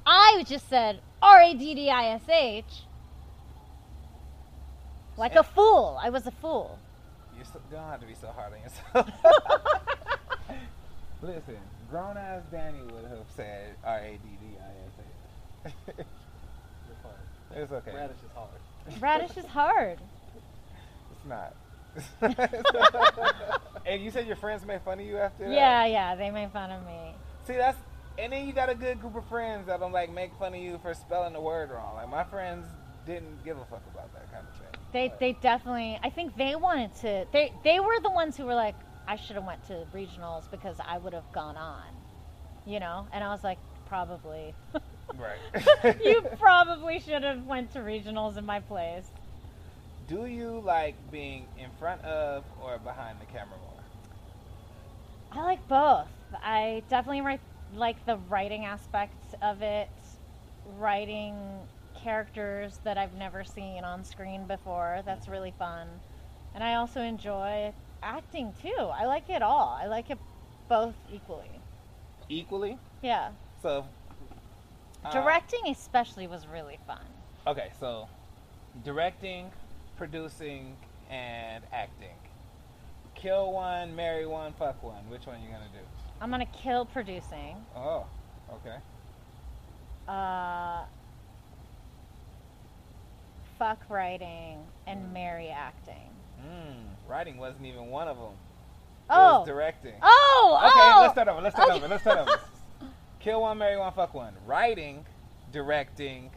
B: I just said R A D D I S H. Like a fool. I was a fool.
A: You so, don't have to be so hard on yourself. Listen, grown ass Danny would have said R A D D I S A.
D: You're fine.
A: It's okay.
D: Radish is hard.
B: Radish is hard.
A: It's not. and you said your friends made fun of you after that?
B: Yeah, yeah, they made fun of me.
A: See, that's And then you got a good group of friends that don't like make fun of you for spelling the word wrong. Like my friends didn't give a fuck about that kind of thing.
B: They
A: Like,
B: they definitely. I think they wanted to. They they were the ones who were like, I should have went to regionals because I would have gone on, you know. And I was like, probably.
A: right.
B: you probably should have went to regionals in my place.
A: Do you like being in front of or behind the camera more?
B: I like both. I definitely write, like the writing aspect of it, writing characters that I've never seen on screen before. That's really fun. And I also enjoy acting too. I like it all. I like it both equally.
A: Equally.
B: Yeah.
A: So uh,
B: Directing, especially, was really fun.
A: Okay, so directing, producing, and acting. Kill one, marry one, fuck one. Which one you gonna do?
B: I'm going to kill producing.
A: Oh, okay.
B: Uh, fuck writing
A: Hmm.
B: and marry acting.
A: Mm, writing wasn't even one of them. it
B: Oh.
A: was directing.
B: Oh,
A: okay,
B: oh.
A: let's start over. Let's start
B: Okay.
A: over. Let's start over. Kill one, marry one, fuck one. Writing, directing,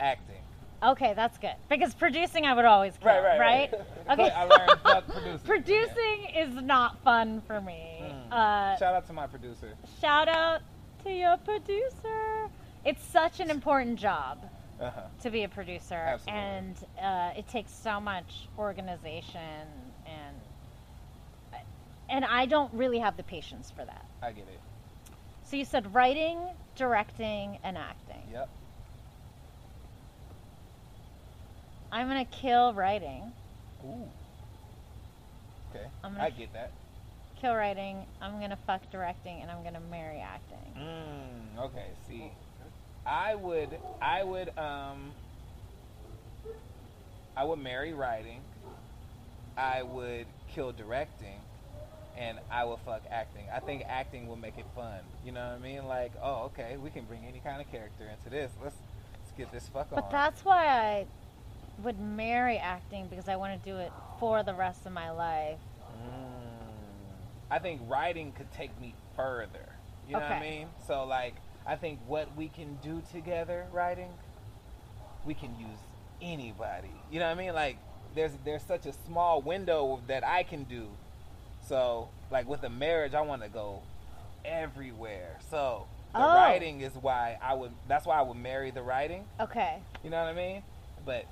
A: acting.
B: Okay, that's good. Because producing, I would always kill,
A: Right, right, right.
B: Okay.
A: I learned fuck producing.
B: producing is not fun for me.
A: Mm.
B: Uh,
A: Shout out to my producer.
B: shout out to your producer. It's such an important job
A: Uh-huh.
B: to be a producer,
A: Absolutely.
B: and uh, it takes so much organization and and I don't really have the patience for that.
A: I get it.
B: So you said writing, directing, and acting.
A: Yep.
B: I'm gonna kill writing.
A: Ooh. Okay.
B: I'm gonna-
A: I get that.
B: Kill writing. I'm gonna fuck directing, and I'm gonna marry acting.
A: Mm, okay. See, I would, I would, um, I would marry writing. I would kill directing, and I would fuck acting. I think acting will make it fun. You know what I mean? Like, oh, okay, we can bring any kind of character into this. Let's let's get this fuck on.
B: But that's why I would marry acting because I want to do it for the rest of my life.
A: Mm. I think writing could take me further. You know what I
B: Okay.
A: mean? So like I think what we can do together writing, we can use anybody. You know what I mean? Like there's there's such a small window that I can do. So like with a marriage I want to go everywhere. So the
B: Oh.
A: writing is why I would that's why I would marry the writing.
B: Okay.
A: You know what I mean? But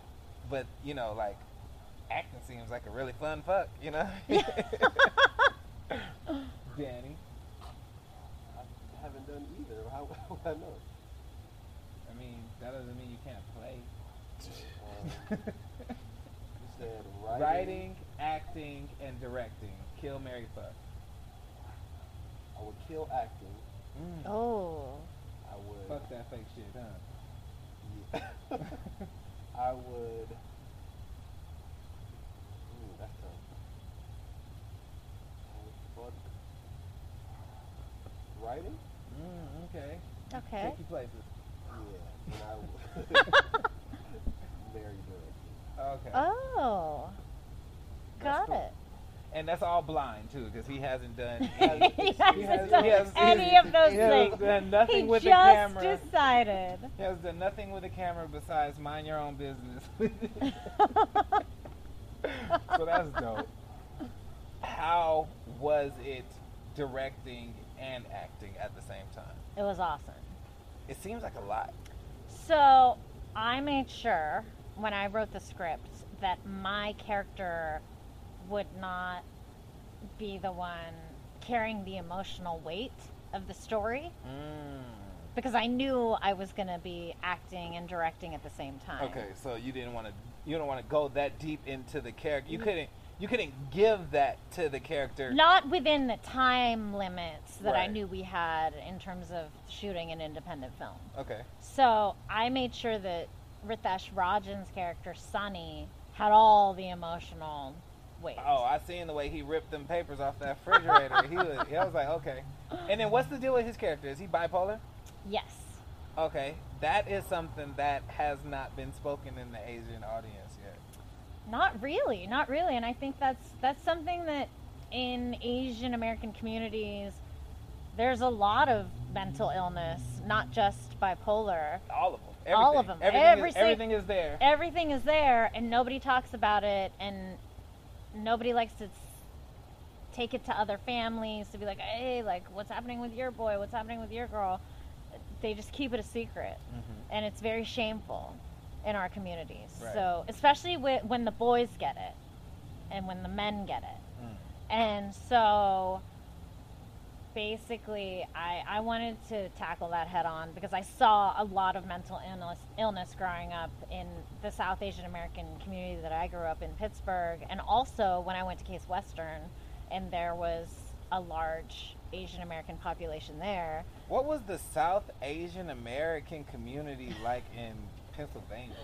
A: but you know like acting seems like a really fun fuck. You know? Danny,
D: I haven't done either. How would I know?
A: I mean that doesn't mean you can't play.
D: Um, you said writing.
A: Writing, acting, and directing. Kill Mary fuck.
D: I would kill acting.
A: Mm.
B: Oh.
D: I would.
A: Fuck that fake shit, huh?
D: Yeah. I would. Ooh, that's tough. I would fuck Writing?
A: Mm, okay.
B: Okay.
A: Tricky places.
D: Yeah. And I would. Marry directing.
A: Okay.
B: Oh. Got
A: That's cool.
B: it.
A: And that's all blind too, because he hasn't done.
B: He hasn't done
A: has-
B: any of those
A: he has
B: things.
A: done nothing
B: he
A: with
B: just
A: the camera.
B: decided.
A: He has done nothing with the camera besides mind your own business. so that's dope. How was it directing and acting at the same time?
B: It was awesome.
A: It seems like a lot.
B: So I made sure when I wrote the script that my character would not be the one carrying the emotional weight of the story. because I knew I was going to be acting and directing at the same time.
A: Okay, so you didn't want to you don't want to go that deep into the character. You couldn't you couldn't give that to the character.
B: Not within the time limits that I
A: Right.
B: knew we had in terms of shooting an independent film.
A: Okay.
B: So I made sure that Ritesh Rajan's character, Sunny, had all the emotional weight.
A: Oh, I seen the way he ripped them papers off that refrigerator. he was, I was like, okay. And then what's the deal with his character? Is he bipolar?
B: Yes.
A: Okay, that is something that has not been spoken in the Asian audience yet.
B: Not really, not really, and I think that's that's something that in Asian American communities there's a lot of mental illness, not just bipolar.
E: All of them. Everything.
B: All of them.
E: Everything,
B: Every
E: is,
B: sing-
E: everything is there.
B: Everything is there, and nobody talks about it, and nobody likes to s- take it to other families to be like, hey, like, what's happening with your boy? What's happening with your girl? They just keep it a secret,
A: Mm-hmm,
B: and it's very shameful in our communities.
E: Right.
B: So, especially whe- when the boys get it, and when the men get
E: Mm.
B: it.
A: mm-hmm.
B: And so basically I, I wanted to tackle that head on because I saw a lot of mental illness illness growing up in the South Asian American community that I grew up in Pittsburgh and also when I went to Case Western and there was a large Asian American population there.
A: What was the South Asian American community like in Pennsylvania?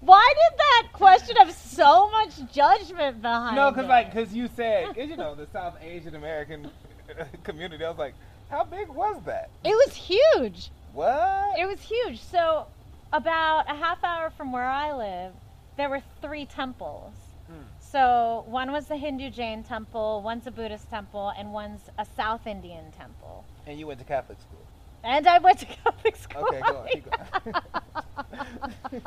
B: Why did that question have so much judgment behind
E: No,
B: it?
E: because like, because you said, 'cause, you know, the South Asian American community. I was like, how big was that?
B: it was huge.
E: What?
B: It was huge. So, about a half hour from where I live, there were three temples. So, one was the Hindu Jain temple, one's a Buddhist temple, and one's a South Indian temple.
A: And you went to Catholic school.
B: And I went to Catholic school.
A: Okay, go on. Keep going.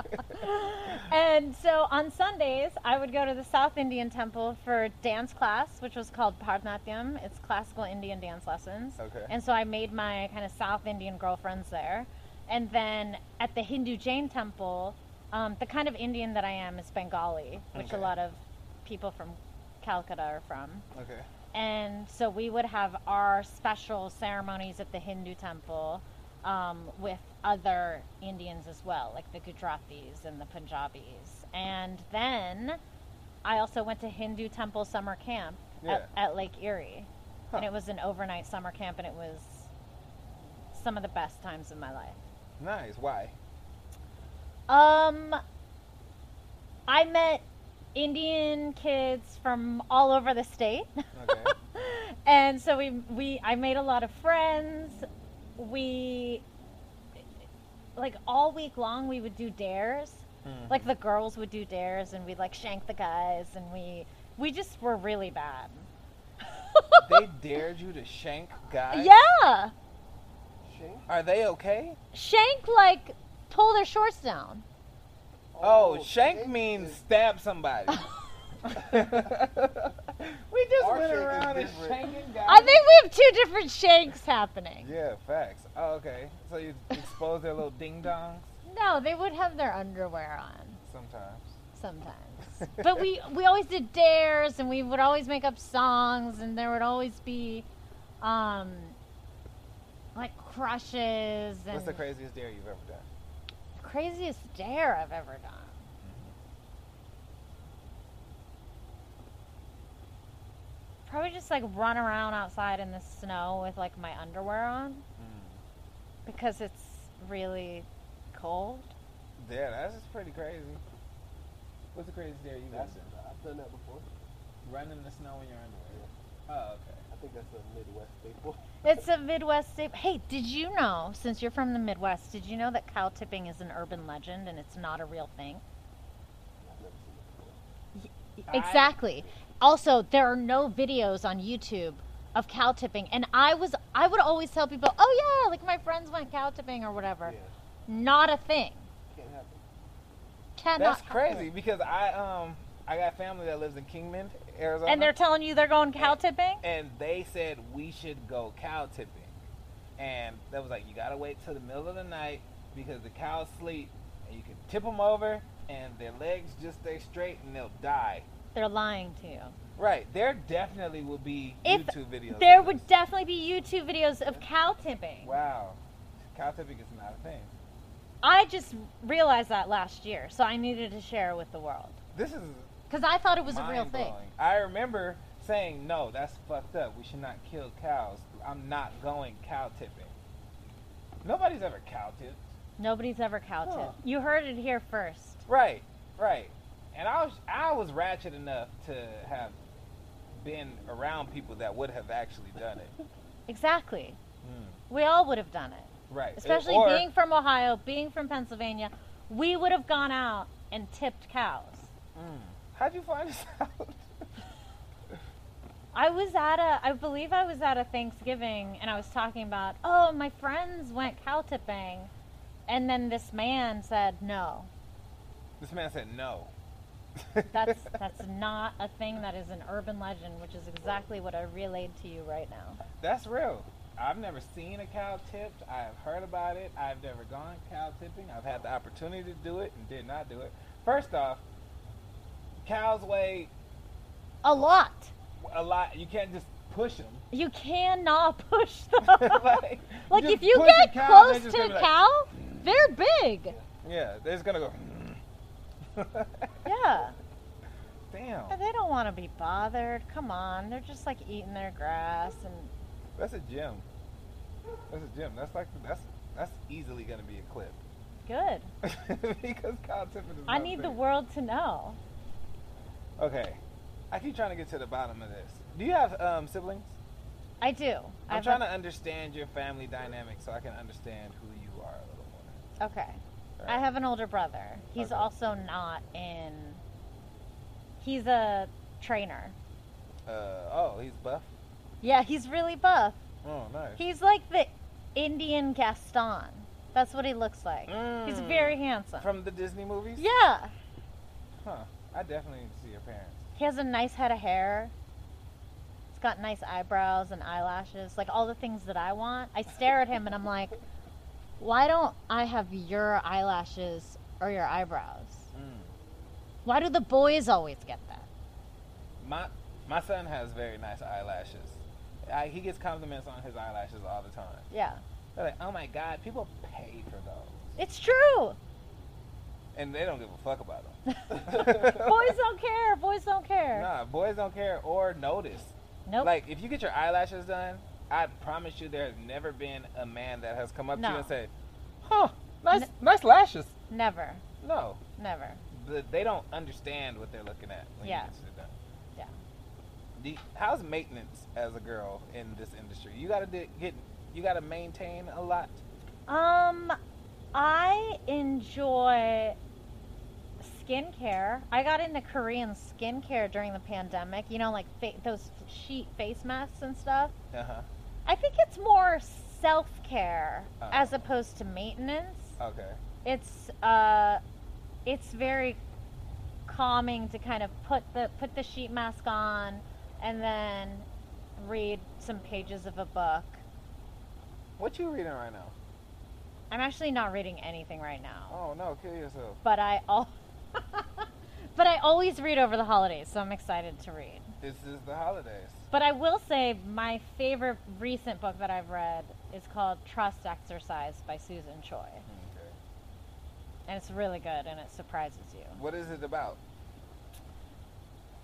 B: and so on Sundays, I would go to the South Indian temple for dance class, which was called Bharatanatyam. It's classical Indian dance lessons.
E: Okay.
B: And so I made my kind of South Indian girlfriends there. And then at the Hindu Jain temple, um, the kind of Indian that I am is Bengali, which a
E: Okay.
B: lot of people from Calcutta are from.
E: Okay.
B: And so we would have our special ceremonies at the Hindu temple um, with other Indians as well, like the Gujaratis and the Punjabis. And then I also went to Hindu temple summer camp
E: Yeah.
B: at, at Lake Erie. And
E: Huh.
B: it was an overnight summer camp, and it was some of the best times of my life.
E: Nice. Why?
B: Um, I met Indian kids from all over the state.
E: Okay.
B: and so we we I made a lot of friends. We like all week long we would do dares. Like the girls would do dares and we'd like shank the guys and we we just were really bad.
A: they dared you to shank guys?
B: yeah.
D: Shank?
A: Are they okay?
B: Shank like pull their shorts down.
A: Oh, shank
D: shank
A: means
D: is-
A: stab somebody.
E: We just
D: Our
E: went
D: shit is
E: around and
D: different.
E: shanking guys.
B: I think we have two different shanks happening.
E: Yeah, facts. Oh, okay. So you expose their little ding dongs
B: No, they would have their underwear on.
E: sometimes.
B: sometimes. but we we always did dares, and we would always make up songs, and there would always be, um, like crushes and
A: What's the craziest dare you've ever done?
B: craziest dare I've ever done.
A: Mm-hmm.
B: Probably just like run around outside in the snow with like my underwear on
A: Mm.
B: because it's really cold.
A: Yeah, that's just pretty crazy. What's the craziest dare you've
D: That's
A: ever
D: it. I've done that before.
A: done? Run in the snow in your underwear. Oh, okay.
D: I think that's a Midwest staple.
B: It's a Midwest staple. Hey, did you know, since you're from the Midwest, did you know that cow tipping is an urban legend and it's not a real thing?
D: I've never seen it before.
E: I-
B: Exactly. Also, there are no videos on YouTube of cow tipping, and I was I would always tell people, "Oh yeah, like my friends went cow tipping or whatever."
D: Yeah,
B: Not a thing.
D: can't happen.
B: Cannot.
A: That's crazy because I um I got family that lives in Kingman, Arizona.
B: And they're telling you they're going cow tipping.
A: and they said we should go cow tipping. And that was like, you gotta wait till the middle of the night because the cows sleep and you can tip them over and their legs just stay straight and they'll die.
B: They're lying to you.
A: Right. There definitely will be
B: If
A: YouTube videos.
B: There
A: of
B: would
A: this.
B: definitely be YouTube videos of cow tipping.
A: Wow. Cow tipping is not a thing.
B: I just realized that last year, so I needed to share it with the world.
A: This is
B: Because I thought it was a real thing.
A: mind-blowing. I remember saying, no, that's fucked up. We should not kill cows. I'm not going cow tipping. Nobody's ever cow tipped.
B: Nobody's ever cow tipped.
A: Huh.
B: You heard it here first.
A: Right, right. And I was I was ratchet enough to have been around people that would have actually done it.
B: Exactly. We all would have done it.
A: Right.
B: Especially
A: Hmm. Or-
B: being from Ohio, being from Pennsylvania, we would have gone out and tipped cows.
A: How'd you find this out?
B: I was at a, I believe I was at a Thanksgiving, and I was talking about, oh, my friends went cow tipping, and then this man said, no,
A: This man said no.
B: that's that's not a thing that is an urban legend, which is exactly what I relayed to you right now.
A: That's real. I've never seen a cow tipped. I have heard about it. I've never gone cow tipping. I've had the opportunity to do it and did not do it. First off, cows weigh
B: A lot.
A: a lot. You can't just push them.
B: You cannot push them.
A: like
B: like
A: just
B: if you
A: push a
B: get
A: cow,
B: close
A: they're just
B: to
A: gonna
B: the
A: be like,
B: cow, they're big.
A: yeah, they're just gonna go. "Hmm."
B: Yeah.
A: Damn,
B: They don't want to be bothered. Come on. They're just like eating their grass and
A: that's a gym. That's a gym. That's like that's that's easily gonna be a clip
B: good.
A: because cow tipping is.
B: I
A: not
B: need
A: big.
B: the world to know.
A: Okay, I keep trying to get to the bottom of this. Do you have um, siblings?
B: I do.
A: I'm trying to understand your family dynamic so I can understand who you are a little more.
B: to. Okay.
A: Alright.
B: I have an older brother. He's
A: Okay.
B: also not in. He's a trainer.
A: Uh, oh, he's buff.
B: Yeah, he's really buff.
A: Oh, nice.
B: He's like the Indian Gaston. That's what he looks like. He's
A: Mm.
B: very handsome.
A: From the Disney movies?
B: yeah.
A: Huh. I definitely need to see your parents.
B: He has a nice head of hair. He's got nice eyebrows and eyelashes, like all the things that I want. I stare at him and I'm like, why don't I have your eyelashes or your eyebrows?
A: Mm.
B: Why do the boys always get that?
A: My my son has very nice eyelashes. I, he gets compliments on his eyelashes all the time.
B: Yeah.
A: They're like, oh my god, people pay for those,
B: It's true.
A: and they don't give a fuck about them.
B: Boys don't care. Boys don't care.
A: Nah, boys don't care or notice.
B: Nope.
A: Like if you get your eyelashes done, I promise you there has never been a man that has come up to
B: No.
A: you and said, "Huh, nice,
B: N-
A: nice lashes."
B: never.
A: No,
B: Never.
A: the, they don't understand what they're looking at when
B: Yeah.
A: you get it done.
B: Yeah.
A: The, how's maintenance as a girl in this industry? You gotta di- get, you gotta maintain a lot.
B: Um, I enjoy skincare. I got into Korean skincare during the pandemic. You know, like fa- those sheet face masks and stuff.
A: Uh huh.
B: I think it's more self care
A: Oh.
B: as opposed to maintenance.
A: Okay.
B: It's uh, it's very calming to kind of put the put the sheet mask on and then read some pages of a book.
A: What you reading right now?
B: I'm actually not reading anything right now.
A: Oh no, kill yourself.
B: but I all but I always read over the holidays, so I'm excited to read.
A: This is the holidays.
B: But I will say my favorite recent book that I've read is called Trust Exercise by Susan Choi,
A: Okay.
B: and it's really good and it surprises you.
A: What is it about?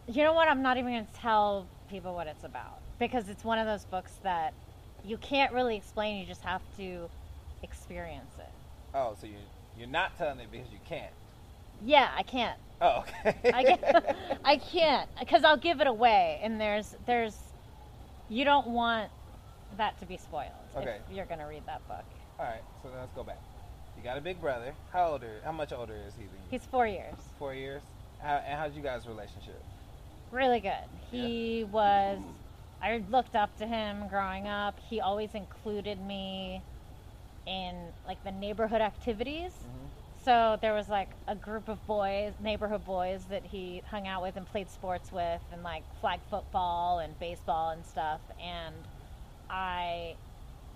B: You know what? I'm not even going to tell people what it's about because it's one of those books that you can't really explain, you just have to experience it.
A: Oh, so you you're not telling it because you can't.
B: Yeah, I can't.
A: Oh, okay.
B: I can't, I can't, because I'll give it away, and there's, there's, you don't want that to be spoiled.
A: Okay.
B: If you're gonna read that book.
A: All right, so then let's go back. You got a big brother. How older? How much older is he than you?
B: He's four years.
A: four years. How, and how's you guys' relationship?
B: Really good. He was. I looked up to him growing up. He always included me in like the neighborhood activities. So there was like a group of boys, neighborhood boys that he hung out with and played sports with, and like flag football and baseball and stuff. And I,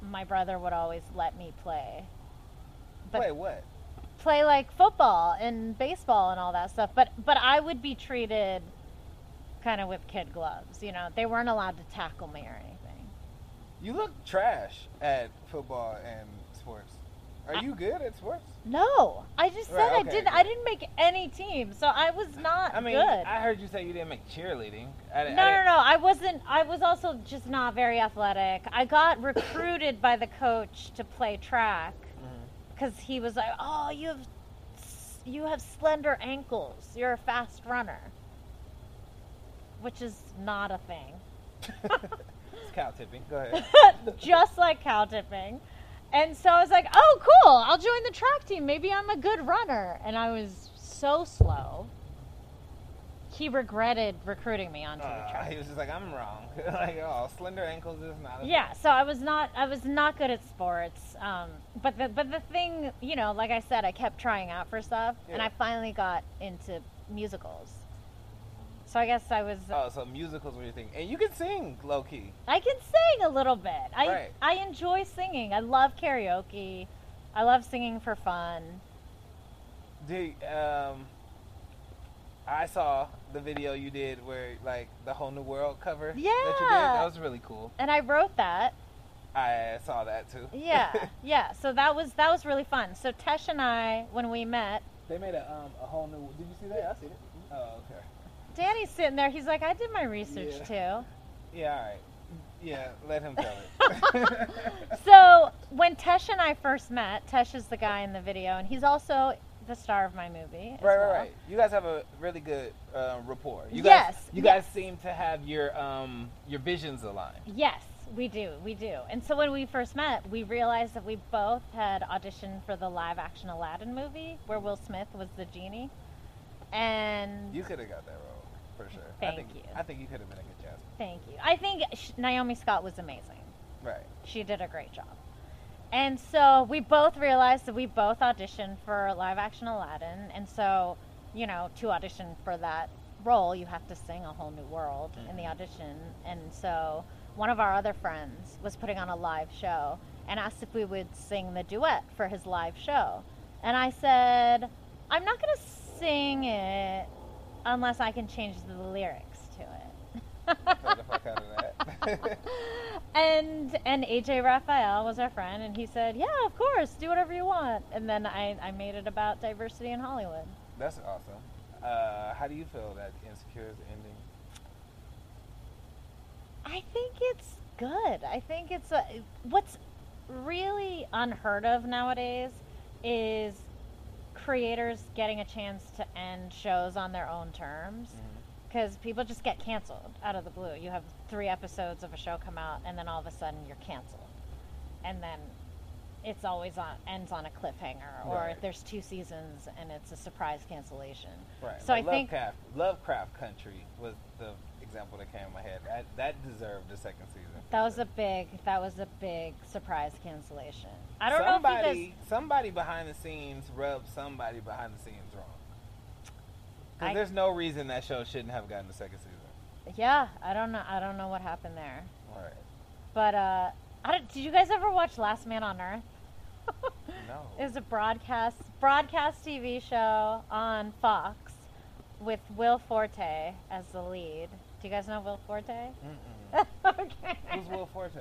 B: my brother would always let me play. But-
A: Wait, what?
B: play like football and baseball and all that stuff. But but I would be treated kind of with kid gloves. You know, they weren't allowed to tackle me or anything.
A: You look trash at football and sports. Are you good at sports?
B: No, I just said
A: Right,
B: I
A: okay,
B: didn't. I didn't make any team, so I was not
A: I mean,
B: good.
A: I heard you say you didn't make cheerleading. I, di- I
B: no, no,
A: didn't-
B: no. I wasn't. I was also just not very athletic. I got recruited by the coach to play track because he was like, "Oh, you have, s- you have slender ankles. You're a fast runner," which is not a thing.
A: Mm-hmm. It's cow tipping. Go ahead.
B: just like cow tipping. And so I was like, oh, cool, I'll join the track team. Maybe I'm a good runner. And I was so slow. he regretted recruiting me onto the
A: Uh,
B: track.
A: he was just like, I'm wrong. like, oh, slender ankles is not. A
B: yeah so i was not i was not good at sports um, but the but the thing you know like i said i kept trying out for stuff and
A: Yeah.
B: i finally got into musicals so i guess i was
A: Oh, so musicals were your thing, and you can sing low key.
B: i can sing a little bit i
A: Right.
B: i enjoy singing i love karaoke i love singing for fun
A: Dude, um, I saw the video you did where like the whole new world cover. That you did.
B: Yeah.
A: That was really cool.
B: and i wrote that
A: I saw that too.
B: yeah yeah so that was that was really fun so tesh and i when we met
E: They made a um a whole new. Did you see that?
D: Yeah, I seen it.
A: oh, okay.
B: danny's sitting there he's like i did my research too
A: Yeah. All right. Yeah. Let him tell it.
B: So when Tesh and I first met, Tesh is the guy in the video, and he's also the star of my movie. as
A: Right, right,
B: well.
A: right. You guys have a really good uh, rapport. You guys,
B: Yes,
A: you guys seem to have your um your visions aligned.
B: Yes, we do, we do. And so when we first met, we realized that we both had auditioned for the live-action Aladdin movie, where Will Smith was the genie, and
A: You could have got that role for sure. I
B: Thank
A: think,
B: you.
A: I think you could have been a good Jasmine.
B: thank you. I think sh- Naomi Scott was amazing.
A: Right.
B: She did a great job. And so we both realized that we both auditioned for live action Aladdin. And so, you know, to audition for that role, you have to sing A Whole New World in the audition. And so one of our other friends was putting on a live show and asked if we would sing the duet for his live show. And I said, I'm not going to sing it unless I can change the lyrics to it.
A: Throw the fuck out of that.
B: and and AJ Raphael was our friend, and he said, "Yeah, of course, do whatever you want." And then I, I made it about diversity in Hollywood.
A: That's awesome. Uh, how do you feel that Insecure is ending?
B: I think it's good. I think it's a, what's really unheard of nowadays is creators getting a chance to end shows on their own terms
A: Mm-hmm.
B: because people just get canceled out of the blue. You have three episodes of a show come out, and then all of a sudden you're canceled, and then it's always on ends on a cliffhanger, or
A: Right.
B: there's two seasons and it's a surprise cancellation.
A: Right.
B: So
A: like
B: I think
A: Lovecraft, Lovecraft Country was the example that came in my head. That, that deserved a second season.
B: That was a big. That was a big surprise cancellation. I don't
A: somebody,
B: know if you guys.
A: somebody behind the scenes rubbed somebody behind the scenes wrong. 'Cause
B: I-
A: there's no reason that show shouldn't have gotten a second season.
B: Yeah, I don't know. I don't know what happened there.
A: All right.
B: But uh, I don't, did you guys ever watch Last Man on Earth?
A: No.
B: It was a broadcast broadcast TV show on Fox with Will Forte as the lead. Do you guys know Will Forte?
A: Mm-mm.
B: okay.
A: Who's Will Forte?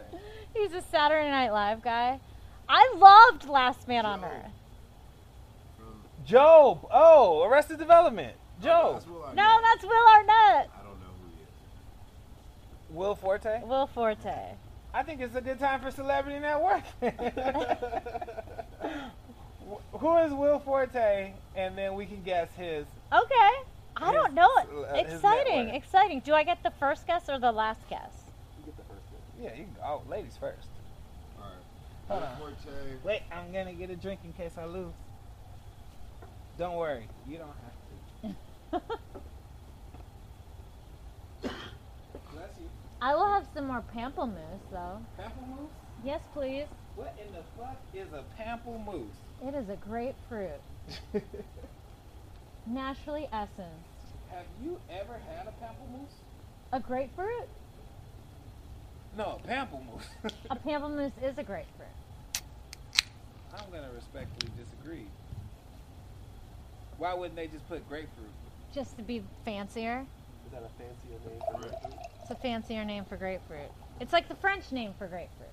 B: He's a Saturday Night Live guy. I loved Last Man on
F: Yo.
B: Earth.
A: Job. Oh, Arrested Development. Job.
F: That's Will Arnett.
B: No, that's Will Arnett.
F: I don't know who he is.
A: Will Forte.
B: Will Forte.
A: I think it's a good time for Celebrity Network. Who is Will Forte? And then we can guess his.
B: Okay. I
A: His-
B: don't know.
A: uh, his
B: Exciting,
A: network.
B: exciting. Do I get the first guess or the last guess?
D: You get the first one.
A: Yeah, you can go. Oh, ladies first.
F: All right.
A: Hold
F: Will
A: on.
F: Forte.
A: Wait, I'm gonna get a drink in case I lose. Don't worry, you don't have to.
D: Bless you.
B: I will have some more pamplemousse, though.
A: Pamplemousse?
B: Yes, please.
A: What in the fuck is a pamplemousse?
B: It is a great fruit. Naturally essence.
A: Have you ever had a pamplemousse?
B: A grapefruit?
A: No, pamplemousse.
B: A pamplemousse is a grapefruit.
A: I'm gonna respectfully disagree. Why wouldn't they just put grapefruit?
B: Just to be fancier.
D: Is that a fancier name for
F: Right.
D: grapefruit?
B: It's a fancier name for grapefruit. It's like the French name for grapefruit.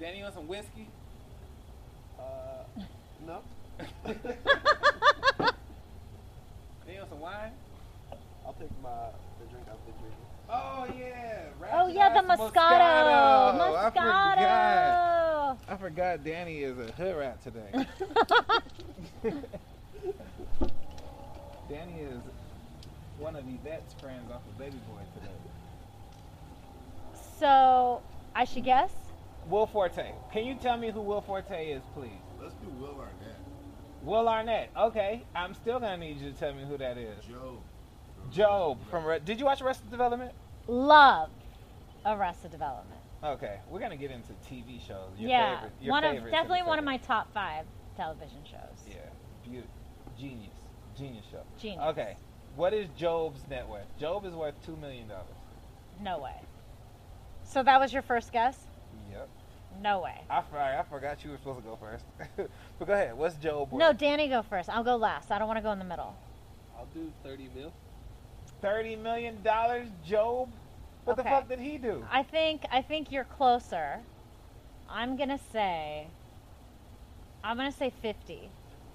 A: Danny, you want some whiskey?
D: Uh, no. Uh,
A: Danny, you want some wine?
D: I'll take my the drink I've been drinking.
A: Oh yeah.
B: Oh, yeah, the
A: Rasmus
B: Moscato.
A: Moscato. I
B: Moscato.
A: forgot. I forgot Danny is a hood rat today. Danny is one of Yvette's friends off of Baby Boy today.
B: so, I should guess?
A: Will Forte. Can you tell me who Will Forte is, please?
F: Let's do Will Arnett.
A: Will Arnett. Okay, I'm still gonna need you to tell me who that is.
F: Job.
A: Job from. Re- Did you watch Arrested Development?
B: Love Arrested Development.
A: Okay, we're gonna get into TV shows. Your
B: yeah,
A: favorite, your
B: one of
A: favorites in a
B: definitely one of
A: second.
B: my top five television shows.
A: Yeah, beautiful, genius, genius show.
B: Genius.
A: Okay, what is Job's net worth? Job is worth two million dollars.
B: No way. So that was your first guess?
A: Yep.
B: No way.
A: I, for- I forgot you were supposed to go first. but go ahead. What's Job worth?
B: No, Danny, go first. I'll go last. I don't want to go in the middle.
D: I'll do 30 mil.
A: Thirty million dollars, Job. What the
B: Okay.
A: fuck did he do?
B: I think I think you're closer. I'm gonna say. I'm gonna say 50.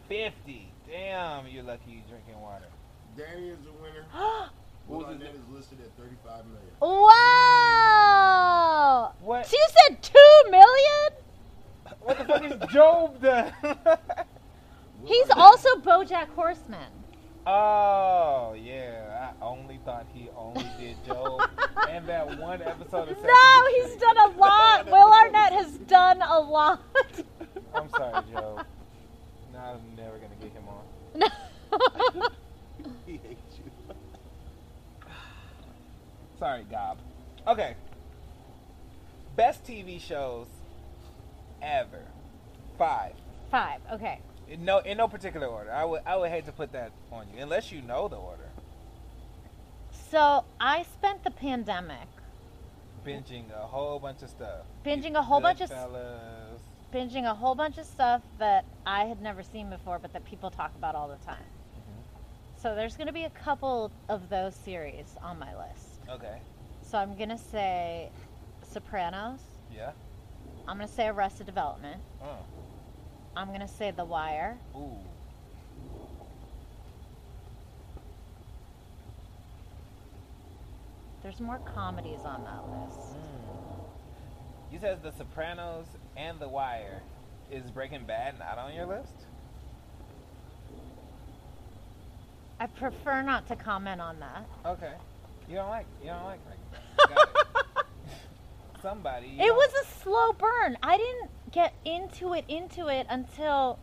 A: Fifty. Damn, you're lucky you drinking water.
F: Danny is the winner.
D: What
F: Will
D: was his
F: Arnett is listed at 35 million.
B: Wow!
A: What?
B: So you said two million?
A: What the fuck is Job done?
F: Will
B: He's
F: Arnett-
B: also BoJack Horseman.
A: oh yeah, I only thought he only did Job and that one episode of. Sex and
B: No,
A: the
B: he's
A: City.
B: done a lot. Will Arnett has done a lot.
A: I'm sorry, Job. No, I'm never gonna get him on.
D: He hates you.
A: Sorry, Gob. Okay. Best TV shows ever. Five.
B: Five. Okay.
A: In no, in no particular order. I would, I would hate to put that on you unless you know the order.
B: So I spent the pandemic
A: Binging a whole bunch of stuff.
B: binging a whole bunch of
A: Goodfellas.
B: binging a whole bunch of stuff that I had never seen before, but that people talk about all the time.
A: Mm-hmm.
B: So there's going to be a couple of those series on my list.
A: Okay.
B: So I'm going to say Sopranos.
A: Yeah.
B: I'm going to say Arrested Development.
A: Oh.
B: I'm going to say The Wire.
A: Ooh.
B: There's more comedies on that list.
A: Mm. You said The Sopranos and The Wire. Is Breaking Bad not on your list?
B: I prefer not to comment on that.
A: Okay. You don't like you don't like Breaking Bad. Got it. Somebody. you
B: It
A: don't-
B: was a slow burn. I didn't get into it into it until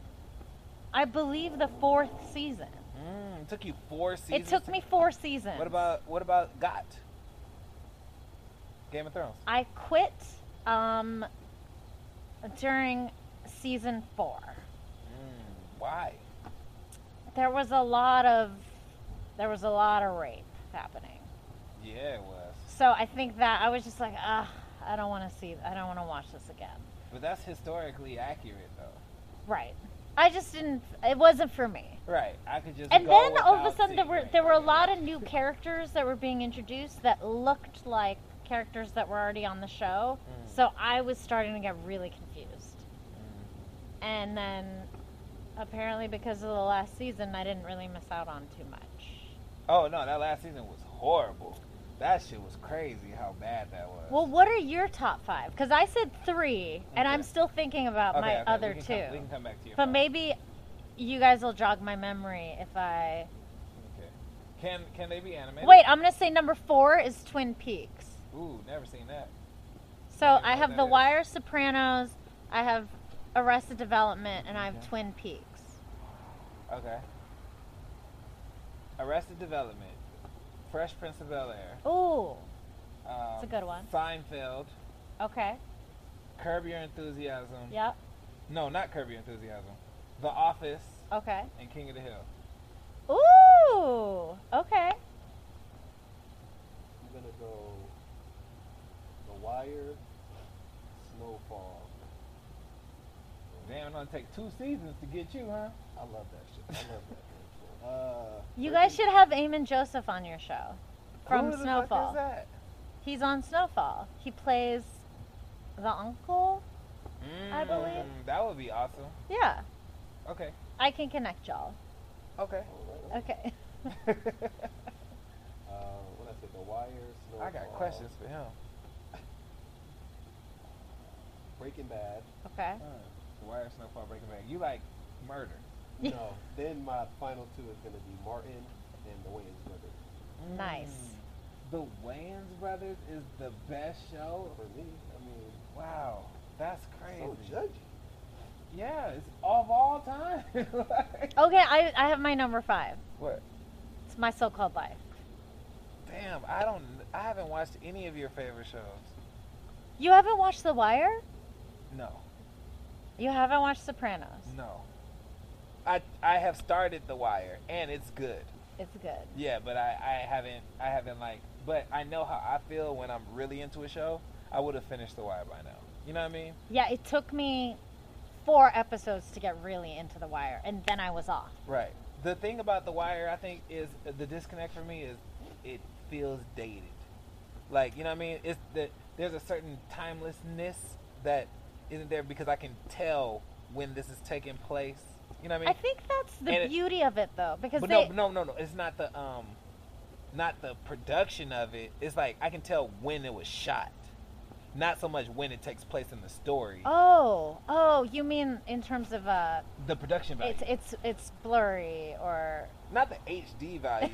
B: I believe the fourth season.
A: Mm, it took you four seasons.
B: It took me four seasons.
A: What about what about Got? Game of Thrones.
B: I quit um, during season four.
A: Mm, why?
B: There was a lot of there was a lot of rape happening.
A: Yeah, it was.
B: So I think that I was just like, ah, I don't want to see. I don't want to watch this again.
A: But that's historically accurate, though.
B: Right. I just didn't. It wasn't for me.
A: Right. I could just.
B: And
A: go
B: then all of
A: without
B: a sudden there
A: seeing
B: were
A: it.
B: there were a lot of new characters that were being introduced that looked like characters that were already on the show.
A: Mm.
B: So I was starting to get really confused.
A: Hmm.
B: And then apparently because of the last season I didn't really miss out on too much.
A: Oh no, that last season was horrible. That shit was crazy. How bad that was.
B: Well, what are your top 5? Cuz I said 3 and I'm
A: Okay.
B: still thinking about
A: Okay,
B: my
A: okay, we
B: other
A: can
B: two.
A: Come, we can come back to your.
B: but
A: five.
B: maybe you guys will jog my memory if I
A: Okay. Can can they be animated?
B: Wait, I'm going to say number 4 is Twin Peaks.
A: Ooh, never seen that.
B: So
A: Yeah,
B: I have
A: that
B: The
A: is.
B: Wire, Sopranos, I have Arrested Development, and I have
A: Okay.
B: Twin Peaks.
A: Okay. Arrested Development, Fresh Prince of Bel Air.
B: Ooh,
A: Um,
B: a good one.
A: Seinfeld,
B: okay,
A: Curb Your Enthusiasm.
B: yep,
A: No, not Curb Your Enthusiasm. The Office
B: okay.
A: and King of the Hill.
B: Ooh, okay.
D: I'm gonna go The Wire, Snowfall.
A: Damn, it's gonna take two seasons to get you, huh?
D: I love that shit. I love that. Uh,
B: You
D: 30
B: guys should have Eamon Joseph on your show from
A: Who the Fuck is
B: Snowfall.
A: that?
B: He's on Snowfall. He plays the uncle. I believe.
A: Mm, That would be awesome.
B: Yeah,
A: Okay.
B: I can connect y'all.
A: Okay.
D: Alright.
B: Okay.
D: Uh, what I said, The Wire, Snowfall.
A: I got questions for him.
D: Breaking Bad.
B: Okay.
A: The Wire, Snowfall, Breaking Bad. You like murder.
B: Yeah.
D: No. Then my final two is gonna be Martin and The Wayans Brothers.
B: Nice.
A: Mm. The Wayans Brothers is the
D: Oh.
A: best show.
D: For me, I mean,
A: Wow, that's crazy.
D: so judgy.
A: Yeah, it's of all time. Like,
B: Okay, I, I have my number five.
A: what?
B: It's my so-called life.
A: Damn, I don't. I haven't watched any of your favorite shows.
B: You haven't watched The Wire?
A: No,
B: You haven't watched Sopranos?
A: no. I I have started The Wire, and it's good.
B: It's good.
A: Yeah, but I, I haven't I haven't like but I know how I feel when I'm really into a show. I would have finished The Wire by now. You know what I mean?
B: Yeah, it took me four episodes to get really into The Wire, and then I was off.
A: Right. The thing about The Wire, I think, is the disconnect for me is it feels dated. Like you know what I mean? It's the there's a certain timelessness that isn't there because I can tell when this is taking place. You know what I mean?
B: I think that's the
A: And it-
B: beauty of it, though, because
A: But
B: they.
A: no, no, no, no. It's not the um, not the production of it. It's like I can tell when it was shot, not so much when it takes place in the story.
B: Oh, oh, you mean in terms of uh,
A: The production value,
B: it's it's it's blurry or
A: not the HD value.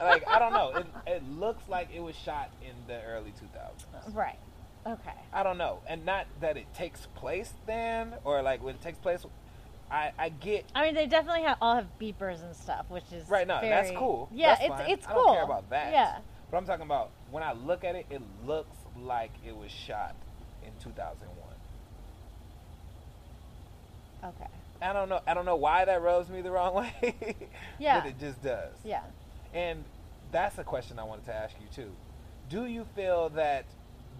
A: like I don't know. It, it looks like it was shot in the early 2000s.
B: right? Okay.
A: I don't know, and not that it takes place then, or like when it takes place. I I get
B: I mean, they definitely have, all have beepers and stuff, which is
A: Right, no, that's
B: very-
A: cool.
B: Yeah,
A: That's
B: it's
A: fine.
B: it's
A: I
B: cool.
A: don't care about that.
B: Yeah,
A: But I'm talking about when I look at it, it looks like it was shot in 2001.
B: okay.
A: I don't know. I don't know why that rubs me the wrong way.
B: Yeah.
A: But it just does.
B: Yeah.
A: And that's a question I wanted to ask you too. Do you feel that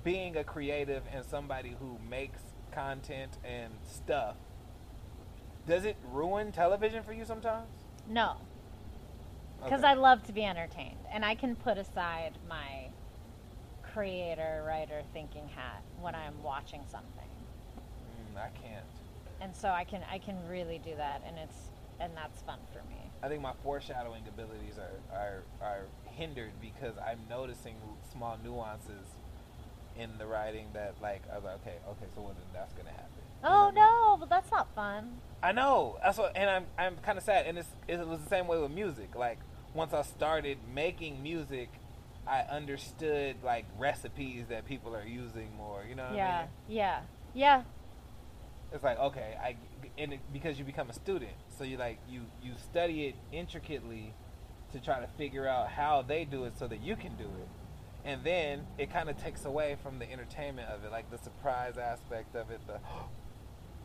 A: being a creative and somebody who makes content and stuff does it ruin television for you sometimes?
B: No, because
A: Okay.
B: I love to be entertained, and I can put aside my creator writer thinking hat when I'm watching something,
A: Mm, I can't.
B: and so I can I can really do that, and it's and that's fun for me.
A: I think my foreshadowing abilities are, are, are hindered because I'm noticing small nuances in the writing that like I was like, okay, okay, so well, then that's gonna happen. You know what
B: Oh
A: I mean?
B: no, but that's not fun.
A: I know. That's what, and I'm I'm kind of sad. And it's it was the same way with music. Like once I started making music, I understood like recipes that people are using more. You know what I
B: yeah,
A: mean?
B: yeah, yeah,
A: It's like okay, I and it, because you become a student, so you like you you study it intricately to try to figure out how they do it so that you can do it. And then it kind of takes away from the entertainment of it, like the surprise aspect of it. The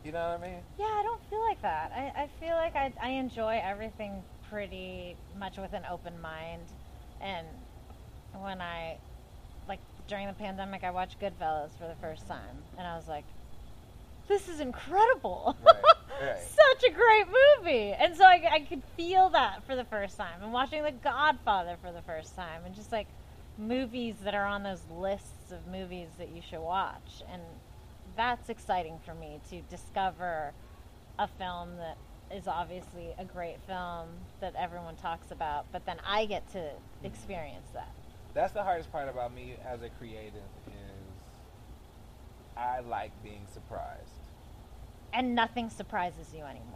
A: you know what I mean?
B: yeah. I don't feel like that. I, I feel like I, I enjoy everything pretty much with an open mind. And when I, like, during the pandemic, I watched Goodfellas for the first time. And I was like, this is incredible.
A: Right, right.
B: Such a great movie. And so I, I could feel that for the first time. And watching The Godfather for the first time. And just like movies that are on those lists of movies that you should watch. And that's exciting for me to discover a film that is obviously a great film that everyone talks about, but then I get to experience that.
A: That's the hardest part about me as a creative is I like being surprised.
B: And nothing surprises you anymore.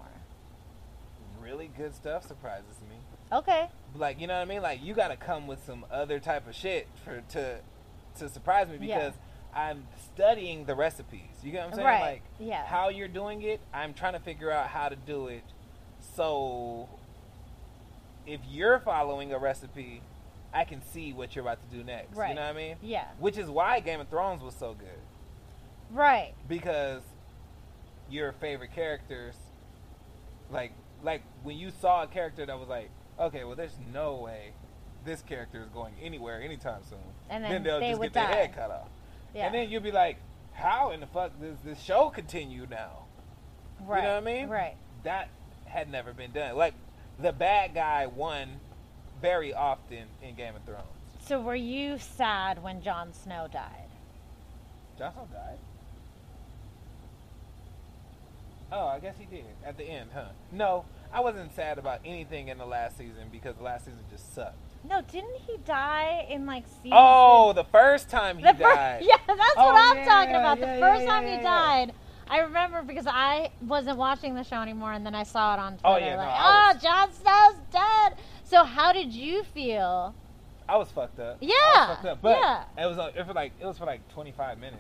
A: Really good stuff surprises me.
B: Okay.
A: Like you know what I mean? Like you got to come with some other type of shit for to to surprise me
B: Yeah.
A: because I'm studying the recipes. You get what I'm saying?
B: Right,
A: Like
B: yeah.
A: how you're doing it, I'm trying to figure out how to do it. So if you're following a recipe, I can see what you're about to do next. You
B: Right.
A: know what I mean?
B: Yeah.
A: Which is why Game of Thrones was so good.
B: Right.
A: because your favorite characters like like when you saw a character that was like okay well there's no way this character is going anywhere anytime soon
B: And then
A: they'll
B: they
A: just
B: would
A: get their head
B: die.
A: cut off
B: Yeah.
A: and then you'll be like how in the fuck does this show continue now
B: right.
A: you know what i mean
B: Right.
A: that had never been done like the bad guy won very often in game of thrones
B: So were you sad when Jon Snow died?
A: Jon Snow died. Oh, I guess he did at the end, huh? No, I wasn't sad about anything in the last season because the last season just sucked.
B: No, didn't he die in like season?
A: Oh, the first time he
B: The fir-
A: died.
B: yeah, that's
A: Oh,
B: what I'm
A: yeah,
B: talking about.
A: yeah,
B: the
A: yeah,
B: first
A: yeah,
B: time
A: yeah,
B: he
A: yeah.
B: died, I remember because I wasn't watching the show anymore, and then I saw it on Twitter.
A: Oh, yeah, no,
B: like,
A: I
B: oh, Jon Snow's dead. So how did you feel?
A: I was fucked up. I was
B: Yeah,
A: fucked up. But
B: yeah.
A: it was uh, it for like it was for like 25 minutes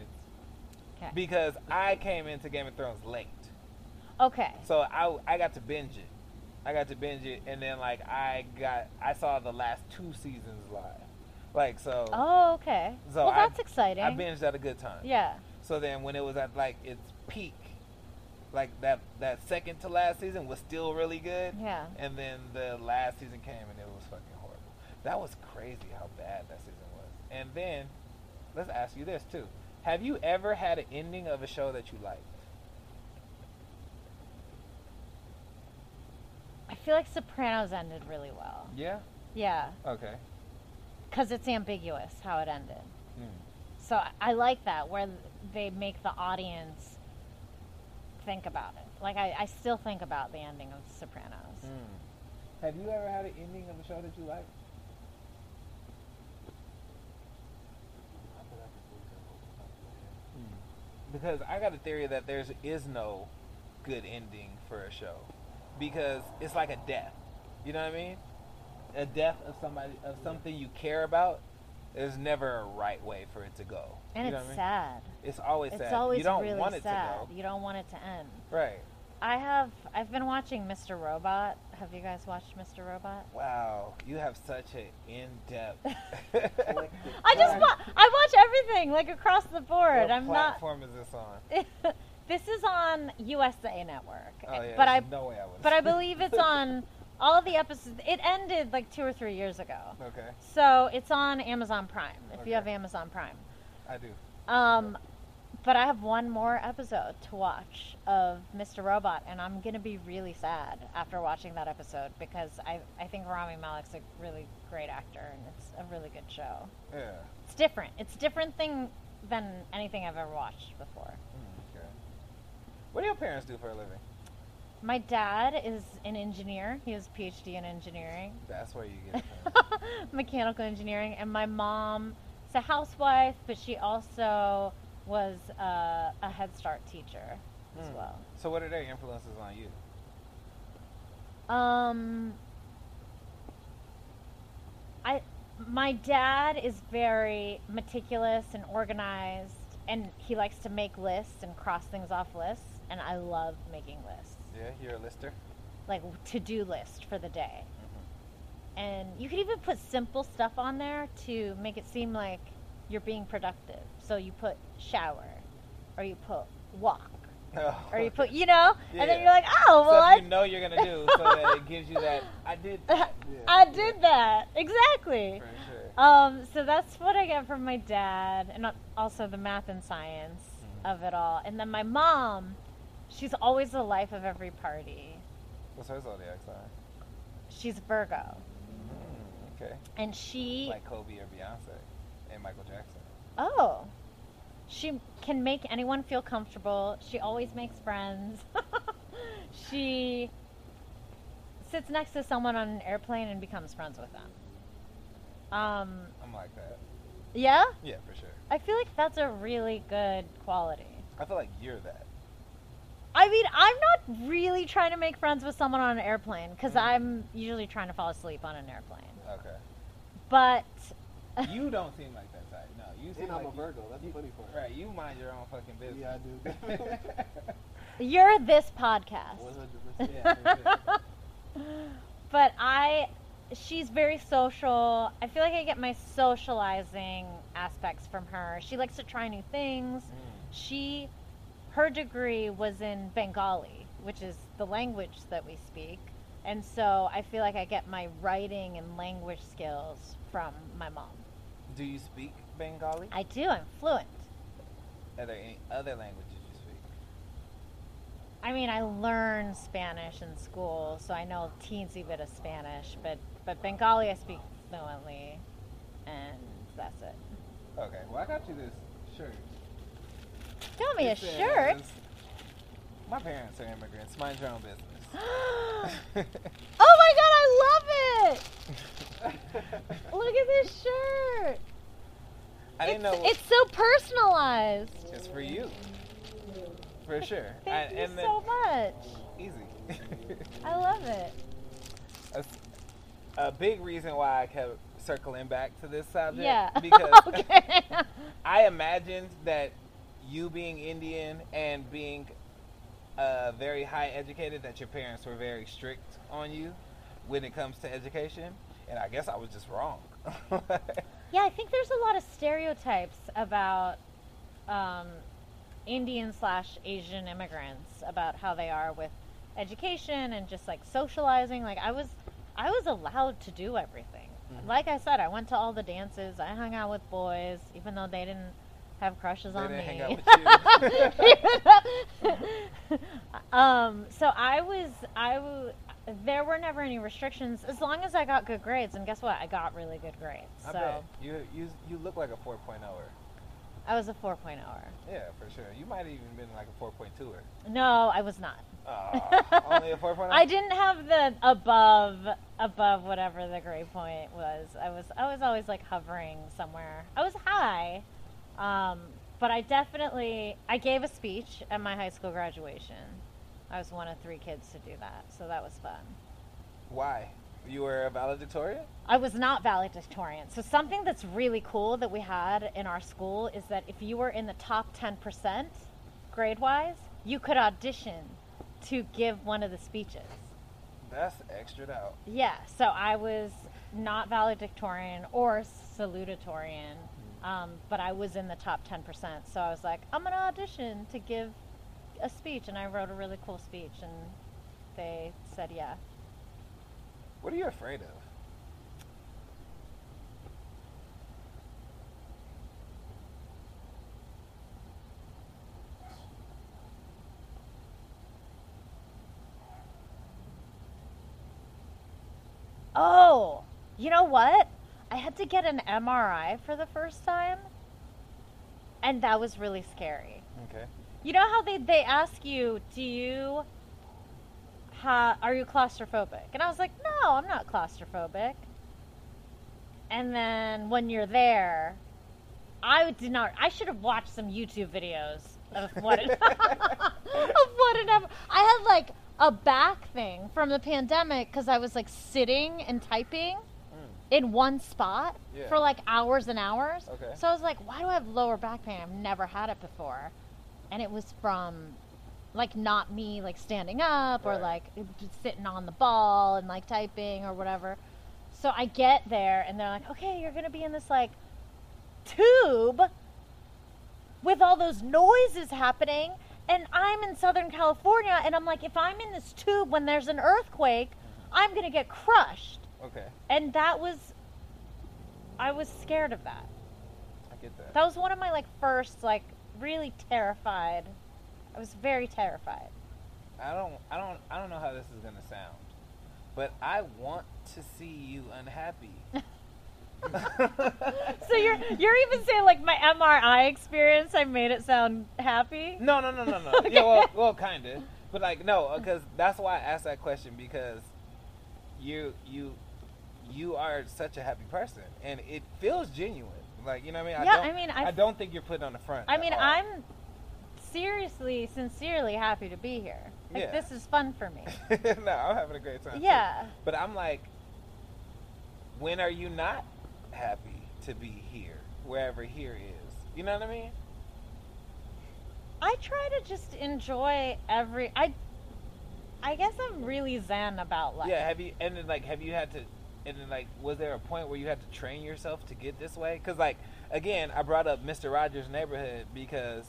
B: Okay.
A: because I came into Game of Thrones late.
B: Okay.
A: So I I got to binge it. I got to binge it, and then like I got I saw the last two seasons live. Like so,
B: Oh, okay.
A: So
B: well,
A: I-
B: that's exciting.
A: I binged at a good time.
B: yeah.
A: So then when it was at like its peak, like that that second to last season was still really good.
B: Yeah.
A: And then the last season came and it was fucking horrible. That was crazy how bad that season was. And then let's ask you this too. Have you ever had an ending of a show that you liked?
B: I feel like Sopranos ended really well.
A: Yeah.
B: Yeah.
A: Okay.
B: Because it's ambiguous how it ended.
A: Mm.
B: So I, I like that, where they make the audience think about it. Like, I, I still think about the ending of Sopranos.
A: Hmm. Mm. Have you ever had an ending of a show that you liked?
D: I bet I could do that off the top of my head.
A: because I got a theory that there is is no good ending for a show because it's like a death. You know what I mean? A death of somebody of something you care about. There's never a right way for it to go.
B: And
A: you know
B: it's
A: what I mean?
B: sad.
A: It's always
B: It's
A: sad.
B: always
A: you don't
B: really
A: want it
B: sad.
A: to
B: You don't want it to end.
A: go. Right.
B: I have. I've been watching Mr. Robot. Have you guys watched Mr. Robot?
A: Wow, you have such an in-depth.
B: I just wa- I watch everything like across the board.
A: What
B: I'm not.
A: platform is this on?
B: this is on USA Network,
A: Oh yeah.
B: but I
A: there's no way I was.
B: but I believe it's on all the episodes. It ended like two or three years ago,
A: okay,
B: so it's on Amazon Prime. If
A: Okay.
B: you have Amazon Prime,
A: I do.
B: um, but I have one more episode to watch of Mr. Robot, and I'm gonna be really sad after watching that episode because I I think Rami Malek's a really great actor, and it's a really good show.
A: Yeah.
B: It's different. It's a different thing than anything I've ever watched before.
A: Mm, okay. What do your parents do for a living?
B: My dad is an engineer. He has a PhD in engineering,
A: That's where you get it from.
B: mechanical engineering, and my mom is a housewife, but she also was uh, a Head Start teacher as
A: Hmm.
B: well.
A: So what are their influences on you?
B: Um, I my dad is very meticulous and organized, and he likes to make lists and cross things off lists, and I love making lists,
A: Yeah, you're a lister.
B: like to do list for the day.
A: Mm-hmm.
B: And you could even put simple stuff on there to make it seem like you're being productive. So you put shower, or you put walk, or you put you know, and then
A: Yeah.
B: you're like, oh well,
A: stuff
B: I
A: you know you're gonna do, so that it gives you that I did that
B: I did that exactly.
A: for sure.
B: Um, so that's what I get from my dad, and also the math and science
A: Mm-hmm.
B: of it all. And then my mom, she's always the life of every party.
A: What's her zodiac sign? Hmm,
B: She's Virgo,
A: Okay,
B: and she
A: like Kobe or Beyonce and Michael Jackson.
B: oh, she can make anyone feel comfortable. She always makes friends. she sits next to someone on an airplane and becomes friends with them. Um,
A: I'm like that.
B: yeah.
A: Yeah, for sure.
B: I feel like that's a really good quality.
A: I feel like you're that.
B: I mean, I'm not really trying to make friends with someone on an airplane because I'm usually trying to fall asleep on an airplane.
A: Okay.
B: But
A: You don't seem like that type. No, you seem
D: And I'm
A: like
D: a Virgo. That's
A: you-
D: the funny part.
A: Right, you mind your own fucking
D: Yeah,
A: business.
D: I do.
B: you're this podcast.
D: 100%.
A: Yeah, for sure.
B: But I, she's very social. I feel like I get my socializing aspects from her. She likes to try new things.
A: Mm-hmm.
D: Mm.
B: She, her degree was in Bengali, which is the language that we speak. And so I feel like I get my writing and language skills from my mom.
A: Do you speak Bengali?
B: I do, I'm fluent.
A: Are there any other languages you speak?
B: I mean, I learned Spanish in school, so I know a teensy bit of Spanish, but, but Bengali I speak fluently, and that's it.
A: Okay, well I got you this shirt.
B: Tell me a
A: It
B: shirt.
A: says, My parents are immigrants. Mind your own business.
B: oh my god, I love it! Look at this shirt.
A: I didn't know.
B: it's, it's so personalized.
A: It's for you. For sure.
B: Thank
A: I-
B: you
A: and then,
B: so much.
A: easy.
B: I love it.
A: a, a big reason why I kept circling back to this subject.
B: Yeah.
A: Because
B: okay.
A: I imagined that you being Indian and being uh, very high educated, that your parents were very strict on you when it comes to education, and I guess I was just wrong.
B: Yeah, I think there's a lot of stereotypes about um, Indian slash Asian immigrants about how they are with education and just like socializing. Like I was, I was allowed to do everything.
A: Mm-hmm.
B: Like I said, I went to all the dances. I hung out with boys, even though they didn't have crushes
A: they
B: on
A: didn't
B: me.
A: hang out with you.
B: um, so I was, I w- there were never any restrictions as long as I got good grades. And guess what? I got really good grades.
A: I
B: so
A: bet you you you look like a 4.0er.
B: I was a 4.0er.
A: Yeah, for sure. You might have even been like a 4.2er.
B: No, I was not.
A: Oh, only a 4.0.
B: I didn't have the above above whatever the grade point was. I was I was always like hovering somewhere. I was high, um, but I definitely I gave a speech at my high school graduation. I was one of three kids to do that, so that was fun.
A: Why? You were a valedictorian.
B: I was not valedictorian. So something that's really cool that we had in our school is that if you were in the top 10% grade-wise, you could audition to give one of the speeches.
A: That's extra out.
B: Yeah, so I was not valedictorian or salutatorian, um, but I was in the top 10%. So I was like, I'm going to audition to give a speech. And I wrote a really cool speech, and they said, yeah.
A: What are you afraid of?
B: Oh, you know what? I had to get an MRI for the first time, and that was really scary.
A: Okay.
B: You know how they, they ask you, do you ha- are you claustrophobic? And I was like, no, I'm not claustrophobic. And then when you're there, I did not. I should have watched some YouTube videos of what it, of what it ever. I had like a back thing from the pandemic because I was like sitting and typing in one spot
A: Yeah.
B: for like hours and hours.
A: Okay.
B: So I was like, why do I have lower back pain? I've never had it before, and it was from like not me like standing up or
A: Right.
B: like sitting on the ball and like typing or whatever. So I get there and they're like, okay, you're gonna be in this like tube with all those noises happening. And I'm in Southern California and I'm like, if I'm in this tube when there's an earthquake,
A: Mm-hmm.
B: I'm gonna get crushed.
A: Okay.
B: And that was, I was scared of that.
A: I get that.
B: That was one of my like first like really terrified. I was very terrified.
A: I don't I don't I don't know how this is gonna sound, but I want to see you unhappy.
B: So you're you're even saying like my MRI experience, I made it sound happy.
A: No, no, no, no, no. Yeah, well, well, kind of, but like no, because that's why I asked that question because you you you are such a happy person and it feels genuine. Like you know what I mean?
B: Yeah,
A: I,
B: I
A: don't,
B: mean,
A: I,
B: I-
A: don't think you're putting on the front.
B: I
A: at
B: mean,
A: all.
B: I'm seriously, sincerely happy to be here. Like
A: Yeah.
B: this is fun for me.
A: no, I'm having a great time. too.
B: yeah.
A: But I'm like, when are you not happy to be here, wherever here is? You know what I mean?
B: I try to just enjoy every I I guess I'm really zen about life.
A: Yeah. Have you and then like have you had to and then like was there a point where you had to train yourself to get this way? Because like again, I brought up Mister Rogers' neighborhood because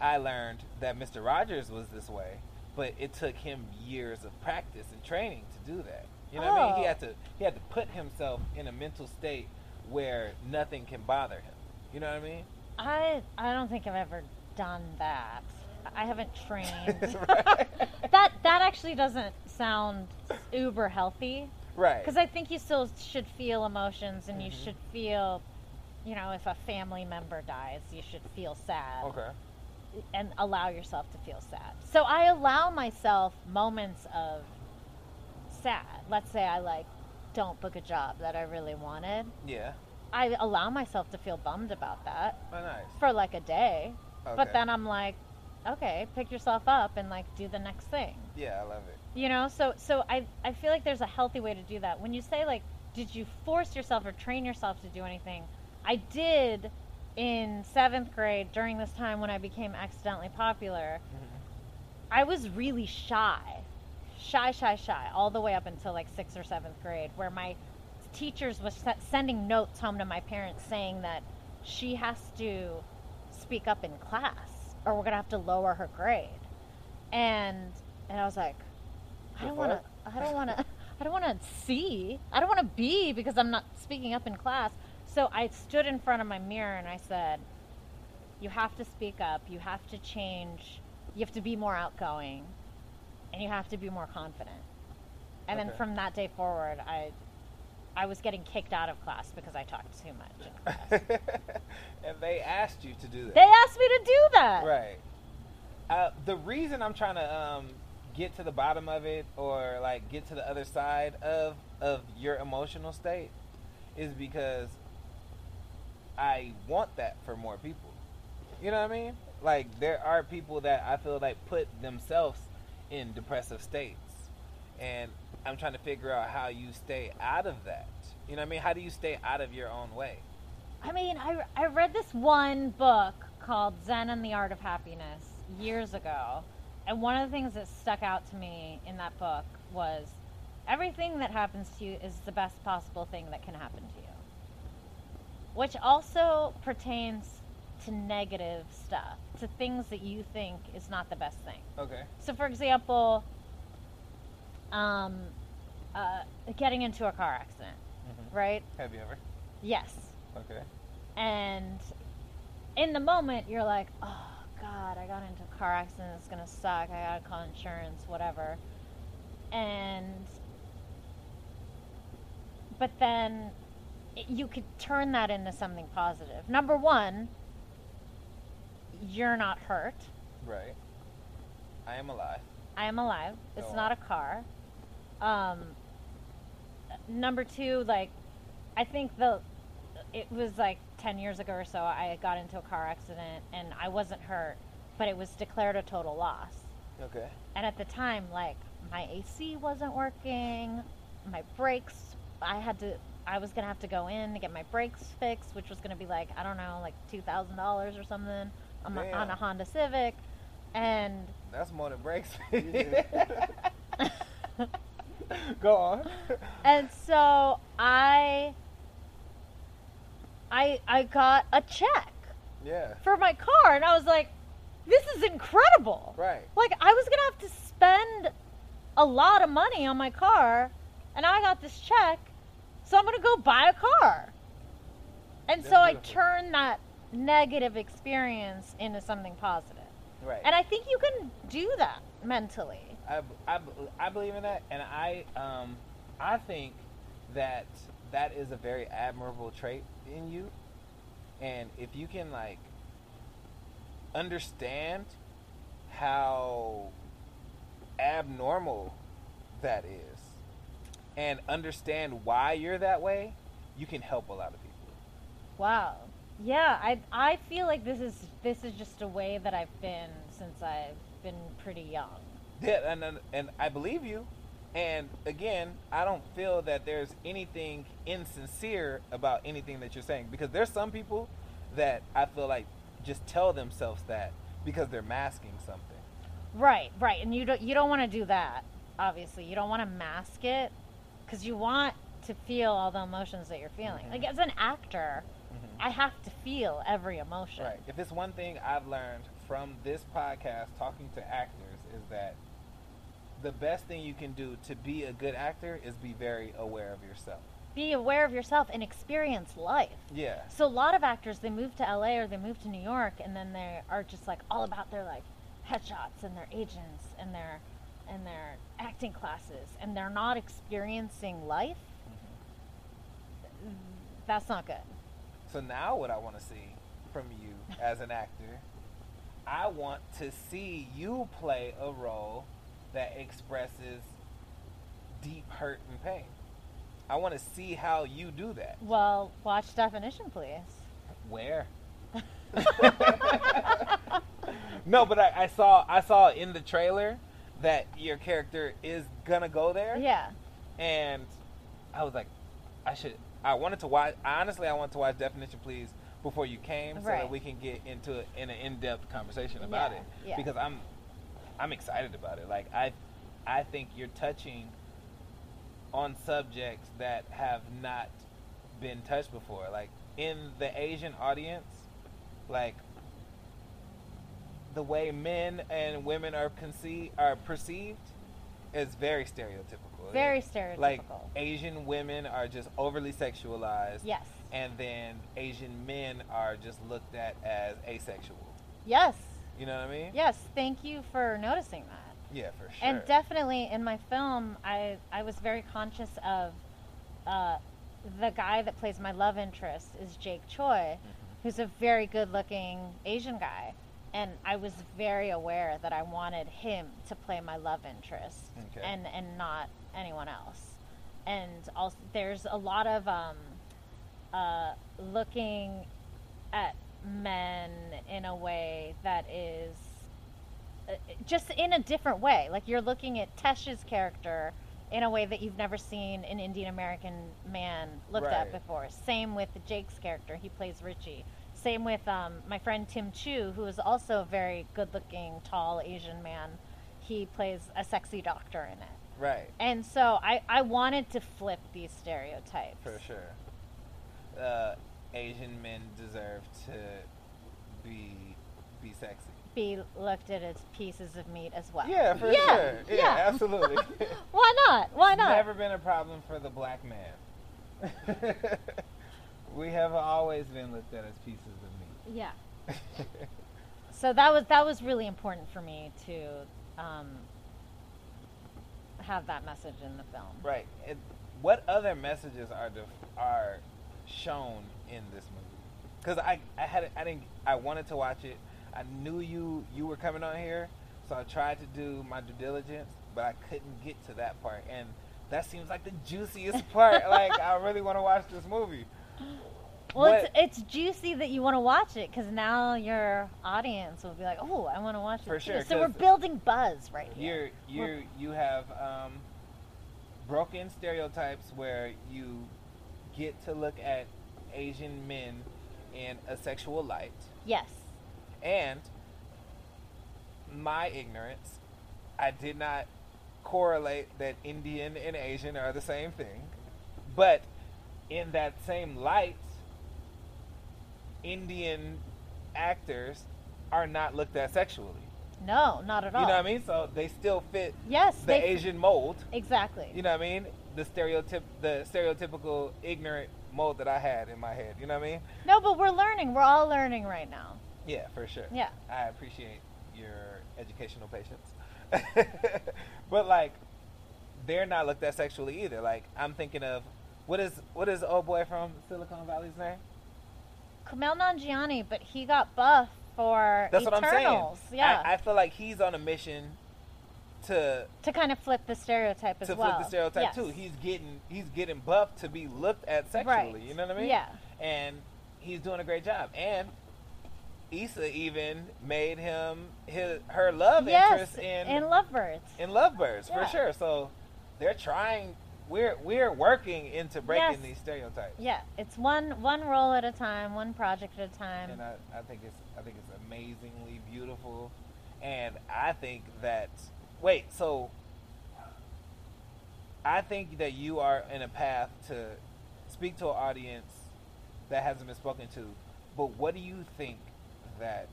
A: I learned that Mister Rogers was this way, but it took him years of practice and training to do that. You know what I mean? He
B: Oh.
A: had to he had to put himself in a mental state where nothing can bother him. You know what I mean?
B: I I don't think I've ever done that. I haven't trained.
A: right.
B: that that actually doesn't sound uber healthy.
A: Right.
B: Because I think you still should feel emotions, and
A: Mm-hmm.
B: you should feel, you know, if a family member dies, you should feel sad
A: Okay.
B: and allow yourself to feel sad. So I allow myself moments of sad. Let's say I like don't book a job that I really wanted.
A: Yeah.
B: I allow myself to feel bummed about that
A: Oh, nice.
B: for like a day,
A: Okay.
B: but then I'm like, okay, pick yourself up and like do the next thing
A: Yeah, I love it.
B: you know so so I, I feel like there's a healthy way to do that when you say like did you force yourself or train yourself to do anything i did in seventh grade during this time when i became accidentally popular I was really shy, shy, shy, shy, all the way up until like sixth or seventh grade, where my teachers was se- sending notes home to my parents saying that she has to speak up in class, or we're gonna have to lower her grade. And and I was like, I
A: The
B: don't want to.
A: fuck?
B: I don't want to. I don't want to see. I don't want to be because I'm not speaking up in class. So I stood in front of my mirror and I said, "You have to speak up. You have to change. You have to be more outgoing, and you have to be more confident." And then
A: Okay.
B: from that day forward, I, I was getting kicked out of class because I talked too much. in class.
A: and they asked you to do that.
B: they asked me to do that.
A: Right. Uh, the reason I'm trying to um, get to the bottom of it, or like get to the other side of of your emotional state, is because I want that for more people. You know what I mean? Like there are people that I feel like put themselves in depressive states, and I'm trying to figure out how you stay out of that. You know what I mean? How do you stay out of your own way?
B: I mean, I, I read this one book called Zen and the Art of Happiness years ago. And one of the things that stuck out to me in that book was everything that happens to you is the best possible thing that can happen to you, which also pertains to negative stuff, to things that you think is not the best thing.
A: Okay.
B: So, for example, um, uh, getting into a car accident,
A: Mhm.
B: right?
A: Have you ever?
B: Yes
A: Okay.
B: and in the moment you're like oh god i got into a car accident it's gonna suck i gotta call insurance whatever and but then it- you could turn that into something positive number one you're not hurt
A: Right. I am alive.
B: i am alive it's
A: Oh.
B: not a car um number two like i think the it was like 10 years ago or so i got into a car accident and i wasn't hurt but it was declared a total loss
A: Okay.
B: and at the time like my ac wasn't working my brakes i had to i was gonna have to go in to get my brakes fixed which was gonna be like i don't know like $2000 or something on, my, on a
A: Damn.
B: honda civic and
A: That's more than breaks.
D: Yeah.
A: Go on.
B: and so i i i got a check
A: Yeah.
B: for my car and i was like this is incredible
A: Right.
B: like i was gonna have to spend a lot of money on my car and i got this check so i'm gonna go buy a car and so
A: That's
B: i
A: beautiful.
B: turned that negative experience into something positive
A: Right.
B: and i think you can do that mentally
A: I, I, I believe in that, and I um, I think that that is a very admirable trait in you, and if you can like understand how abnormal that is, and understand why you're that way, you can help a lot of people.
B: Wow. Yeah, I I feel like this is this is just a way that I've been since I've been pretty young.
A: Yeah, and, and and I believe you. And again, I don't feel that there's anything insincere about anything that you're saying because there's some people that I feel like just tell themselves that because they're masking something.
B: Right, right. And you don't you don't want to do that. Obviously, you don't want to mask it cuz you want to feel all the emotions that you're feeling. Like as an actor, I have to feel every emotion.
A: Right. If it's one thing I've learned from this podcast talking to actors is that the best thing you can do to be a good actor is be very aware of yourself.
B: Be aware of yourself and experience life.
A: Yeah.
B: So a lot of actors they move to LA or they move to New York and then they are just like all about their like headshots and their agents and their and their acting classes and they're not experiencing life. That's not good.
A: So now what I want to see from you as an actor, I want to see you play a role that expresses deep hurt and pain. I want to see how you do that.
B: Well, watch definition, please.
A: Where? no, but I, I saw I saw in the trailer that your character is gonna go there.
B: Yeah.
A: and I was like, I should. I wanted to watch. Honestly, I wanted to watch Definition Please before you came, so
B: Right.
A: that we can get into a, in an in-depth conversation about
B: Yeah,
A: it.
B: yeah.
A: Because I'm, I'm excited about it. Like I, I think you're touching on subjects that have not been touched before. Like in the Asian audience, like the way men and women are conceived are perceived is very stereotypical.
B: Very stereotypical.
A: like Asian women are just overly sexualized.
B: yes.
A: And then Asian men are just looked at as asexual.
B: Yes.
A: You know what I mean?
B: Yes. Thank you for noticing that.
A: Yeah, for sure.
B: And definitely in my film, I I was very conscious of uh, the guy that plays my love interest is Jake Choi,
A: Mm-hmm.
B: who's a very good looking Asian guy, and I was very aware that I wanted him to play my love interest
A: Okay.
B: and and not anyone else. And also, there's a lot of um, uh, looking at men in a way that is uh, just in a different way. Like you're looking at Tesh's character in a way that you've never seen an Indian American man looked at
A: Right.
B: before. Same with Jake's character; he plays Richie. Same with um, my friend Tim Chu, who is also a very good-looking, tall Asian man. He plays a sexy doctor in it.
A: right.
B: And so I, I wanted to flip these stereotypes.
A: For sure. Uh, Asian men deserve to be be sexy.
B: Be looked at as pieces of meat as well.
A: Yeah, for
B: Yeah,
A: sure. Yeah,
B: yeah.
A: absolutely.
B: Why not? Why not?
A: Never been a problem for the black man. we have always been looked at as pieces of
B: Yeah.
A: meat.
B: So that was that was really important for me to um, have that message in the film.
A: right. And what other messages are def- are shown in this movie? Because I I had I didn't I wanted to watch it. I knew you you were coming on here, so I tried to do my due diligence, but I couldn't get to that part. And that seems like the juiciest part. like I really want to watch this movie.
B: Well,
A: What-
B: it's, it's juicy that you want to watch it because now your audience will be like, "Oh, I want to watch it."
A: For
B: too."
A: sure,
B: So we're
A: 'cause
B: building buzz right here.
A: You're you you have um, broken stereotypes where you get to look at Asian men in a sexual light,
B: Yes.
A: and my ignorance, I did not correlate that Indian and Asian are the same thing, but in that same light, Indian actors are not looked at sexually.
B: No, not at
A: You
B: all.
A: know what I mean? So they still fit
B: Yes.
A: the
B: they-
A: Asian mold.
B: Exactly.
A: You know what I mean? The stereotyp, the stereotypical ignorant mold that I had in my head. You know what I mean?
B: No, but we're learning. We're all learning right now.
A: Yeah, for sure.
B: Yeah.
A: I appreciate your educational patience. but like, they're not looked at sexually either. Like, I'm thinking of what is what is the old boy from Silicon Valley's name?
B: Kumail Nanjiani, but he got buff for
A: That's what I'm saying.
B: Eternals. Yeah.
A: I, I feel like he's on a mission to
B: to kind of flip the stereotype as
A: to
B: well.
A: flip the stereotype
B: Yes.
A: too. He's getting he's getting buffed to be looked at sexually.
B: Right.
A: You know what I mean?
B: Yeah.
A: And he's doing a great job. And Issa even made him his her love
B: yes.
A: interest in
B: in Lovebirds.
A: in Lovebirds
B: Yeah.
A: for sure. So they're trying. We're we're working into breaking
B: Yes.
A: these stereotypes.
B: Yeah, it's one one role at a time, one project at a time.
A: and I, I think it's I think it's amazingly beautiful, and I think that wait so. I think that you are in a path to speak to an audience that hasn't been spoken to, but what do you think that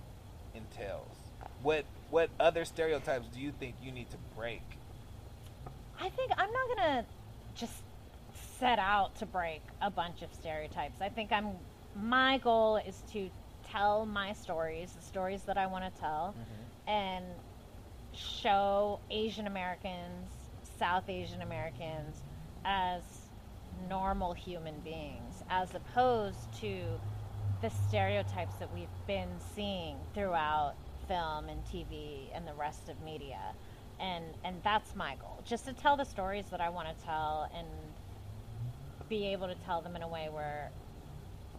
A: entails? What what other stereotypes do you think you need to break?
B: I think I'm not gonna just set out to break a bunch of stereotypes. I think I'm my goal is to tell my stories, the stories that I want to tell,
A: Mm-hmm.
B: and show Asian Americans, South Asian Americans as normal human beings, as opposed to the stereotypes that we've been seeing throughout film and TV and the rest of media. And and that's my goal. Just to tell the stories that I want to tell and be able to tell them in a way where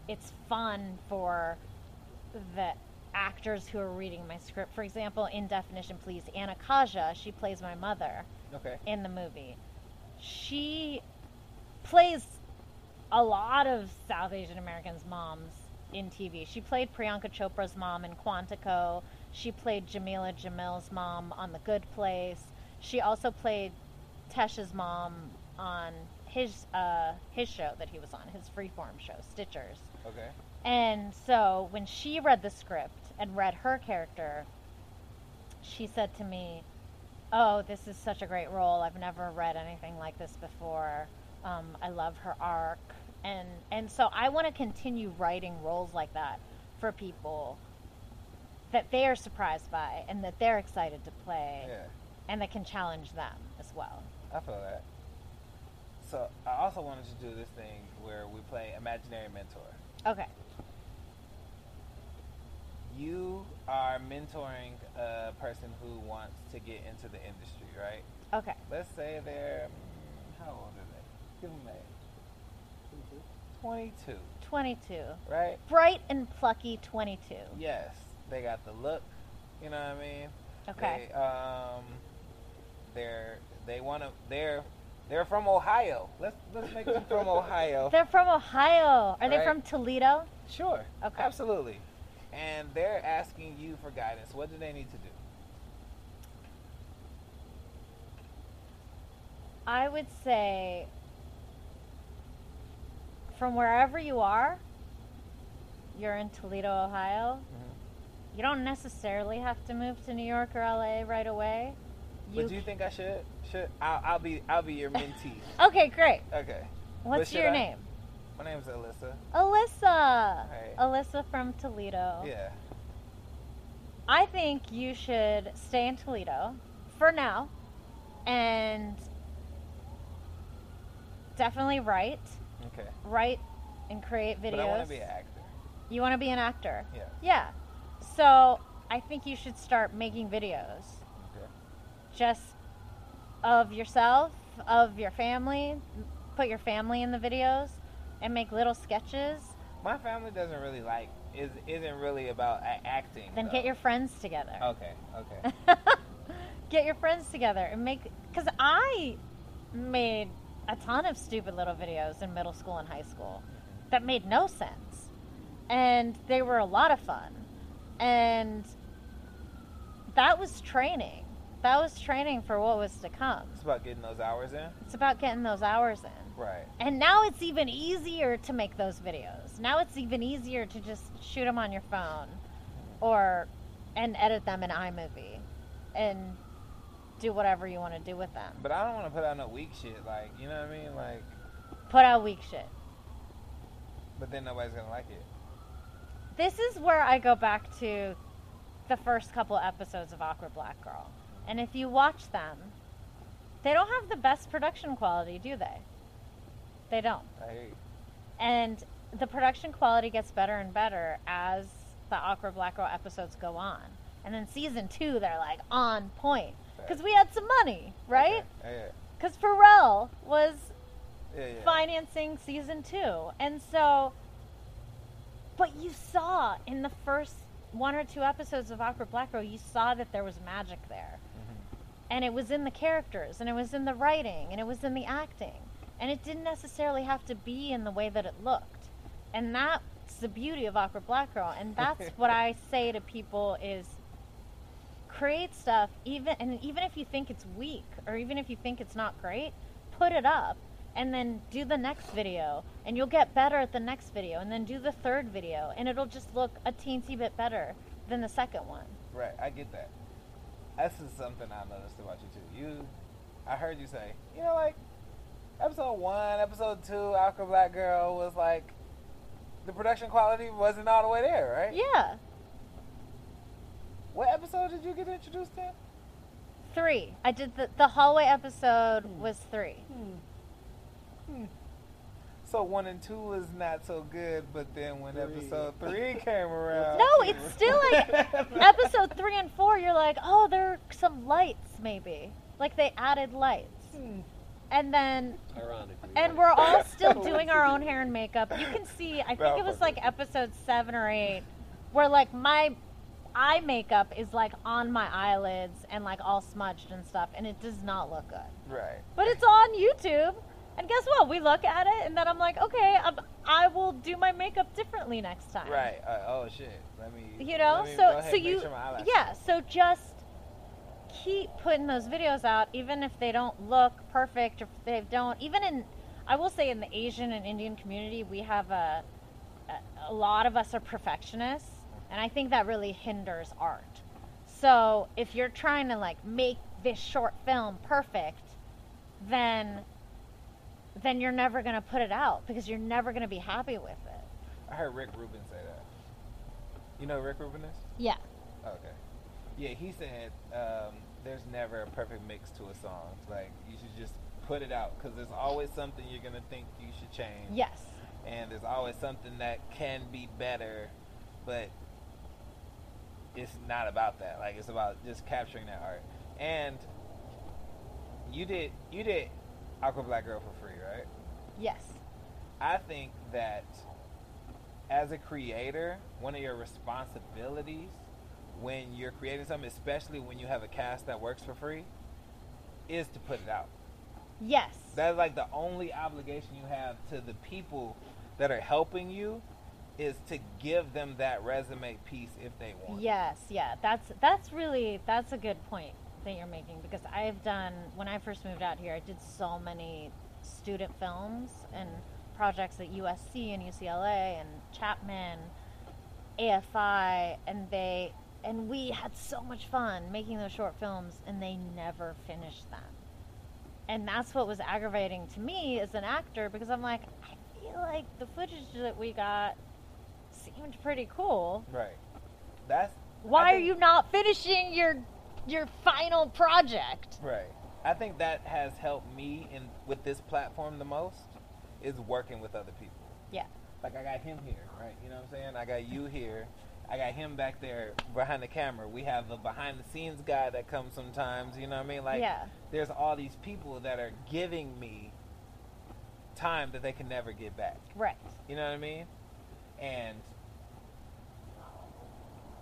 B: it's fun for the actors who are reading my script. For example, in Definition Please, Anna Kaja, she plays my mother
A: Okay.
B: in the movie. She plays a lot of South Asian Americans' moms in TV. She played Priyanka Chopra's mom in Quantico. She played Jamila Jamil's mom on The Good Place. She also played Tesh's mom on his uh, his show that he was on, his freeform show, Stitchers.
A: Okay.
B: And so when she read the script and read her character, she said to me, Oh, this is such a great role. I've never read anything like this before. Um, I love her arc. And, and so I want to continue writing roles like that for people that they are surprised by and that they're excited to play
A: Yeah.
B: and that can challenge them as well.
A: I feel that. So I also wanted to do this thing where we play imaginary mentor.
B: Okay.
A: You are mentoring a person who wants to get into the industry, right?
B: Okay.
A: Let's say they're mm, how old are they? Give them age. Twenty-two,
B: 22.
A: right?
B: Bright and plucky 22.
A: Yes, they got the look. You know what I mean?
B: Okay.
A: They, um, they're they want to. They're they're from Ohio. Let's let's make them from Ohio.
B: They're from Ohio. Are they
A: Oh. Right.
B: from Toledo?
A: Sure.
B: Okay.
A: Absolutely. And they're asking you for guidance. What do they need to do?
B: I would say from wherever you are, you're in Toledo, Ohio. You don't necessarily have to move to New York or LA right away.
A: but do you
B: c-
A: think I should? Should I'll, I'll be I'll be your mentee?
B: Okay, great.
A: okay. But
B: What's
A: should
B: your
A: I?
B: name?
A: My name's Alyssa.
B: Alyssa.
A: Right.
B: Alyssa from Toledo.
A: Yeah.
B: I think you should stay in Toledo for now and definitely write,
A: Okay.
B: write and create videos.
A: But I want to be an actor.
B: You want to be an actor?
A: Yeah.
B: Yeah. So I think you should start making videos
A: Okay.
B: just of yourself, of your family. Put your family in the videos and make little sketches.
A: My family doesn't really like is isn't really about a- acting.
B: Then
A: though.
B: get your friends together.
A: Okay. Okay.
B: get your friends together and make. Because I made a ton of stupid little videos in middle school and high school that made no sense. And they were a lot of fun. And that was training. That was training for what was to come.
A: it's about getting those hours in.
B: It's about getting those hours in.
A: Right.
B: And now it's even easier to make those videos. Now it's even easier to just shoot them on your phone or and edit them in iMovie and do whatever you want to do with them.
A: But I don't want to put out no weak shit. Like you know what I mean? Like,
B: Put out weak shit.
A: but then nobody's gonna like it.
B: this is where I go back to the first couple episodes of Aqua Black Girl. And if you watch them, they don't have the best production quality, do they? They don't.
A: I hear you.
B: And the production quality gets better and better as the Aqua Black Girl episodes go on. And then season two, they're like on point. Because we had some money, right?
A: Okay.
B: Because Pharrell was
A: Yeah. Yeah. yeah.
B: financing season two. And so, but you saw in the first one or two episodes of Awkward Black Girl, you saw that there was magic there.
A: Mm-hmm.
B: And it was in the characters, and it was in the writing, and it was in the acting. And it didn't necessarily have to be in the way that it looked. And that's the beauty of Awkward Black Girl. And that's what I say to people is create stuff even and even if you think it's weak or even if you think it's not great put it up and then do the next video and you'll get better at the next video and then do the third video and it'll just look a teensy bit better than the second one
A: Right, I get that. That's just something I noticed about you too. You, I heard you say, you know, like episode one, episode two, Aqua Black Girl was like the production quality wasn't all the way there, right?
B: yeah
A: What episode did you get introduced in?
B: three i did the, the hallway episode was three
A: So one and two was not so good, but then when
D: Three.
A: episode three came around,
B: no it's still like episode three and four you're like oh there are some lights maybe like they added lights and then
D: Ironically.
B: And we're all still doing our own hair and makeup. You can see, I think it was like episode seven or eight, where like my eye makeup is like on my eyelids and like all smudged and stuff, and it does not look good.
A: right.
B: But it's on YouTube. And guess what? We look at it, and then I'm like, okay, i I will do my makeup differently next time.
A: Right. Uh, oh shit. Let me.
B: You know,
A: let me go
B: so
A: ahead
B: so
A: and make
B: you
A: sure my eyelashes-
B: yeah, so just keep putting those videos out, even if they don't look perfect, or if they don't. Even in, I will say, in the Asian and Indian community, we have a a, a lot of us are perfectionists, and I think that really hinders art. So if you're trying to like make this short film perfect, then then you're never gonna put it out because you're never gonna be happy with it.
A: I heard Rick Rubin say that. You know who Rick Rubin is?
B: Yeah.
A: Okay. Yeah, he said um, there's never a perfect mix to a song. Like you should just put it out because there's always something you're gonna think you should change.
B: Yes.
A: And there's always something that can be better, but it's not about that. Like it's about just capturing that art. And you did you did Aqua Black Girl for free, right?
B: Yes.
A: I think that as a creator, one of your responsibilities when you're creating something, especially when you have a cast that works for free, is to put it out.
B: Yes.
A: That's like the only obligation you have to the people that are helping you is to give them that resume piece if they want.
B: Yes, yeah. That's that's really that's a good point that you're making because I've done when I first moved out here, I did so many student films and projects at USC and UCLA and Chapman, AFI, and they and we had so much fun making those short films and they never finished them. And that's what was aggravating to me as an actor because I'm like, I feel like the footage that we got seemed pretty cool.
A: Right. That's I
B: Why are
A: think-
B: you not finishing your your final project?
A: Right. I think that has helped me in with this platform the most is working with other people.
B: Yeah.
A: Like I got him here, right? You know what I'm saying? I got you here. I got him back there behind the camera. We have a behind the scenes guy that comes sometimes, you know what I mean? Like
B: yeah.
A: there's all these people that are giving me time that they can never get back.
B: Right.
A: You know what I mean? And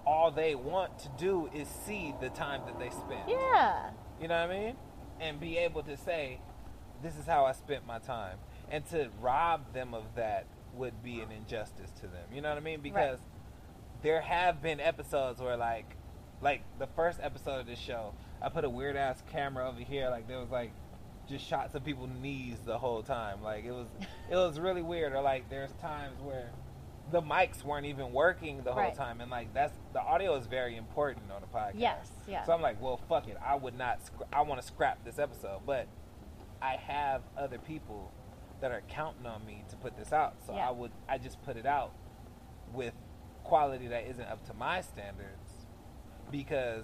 A: all they want to do is see the time that they spent.
B: Yeah.
A: You know what I mean? And be able to say, this is how I spent my time. And to rob them of that would be an injustice to them. You know what I mean? Because there have been episodes where, like, like the first episode of this show, I put a weird ass camera over here. Like there was like just shots of people's knees the whole time. Like it was, it was really weird. Or like there's times where the mics weren't even working the whole
B: Right.
A: time, and like that's the audio is very important on a podcast.
B: Yes, yeah.
A: So I'm like, well, fuck it. I would not. Sc- I want to scrap this episode, but I have other people that are counting on me to put this out. So
B: Yeah.
A: I would. I just put it out with quality that isn't up to my standards because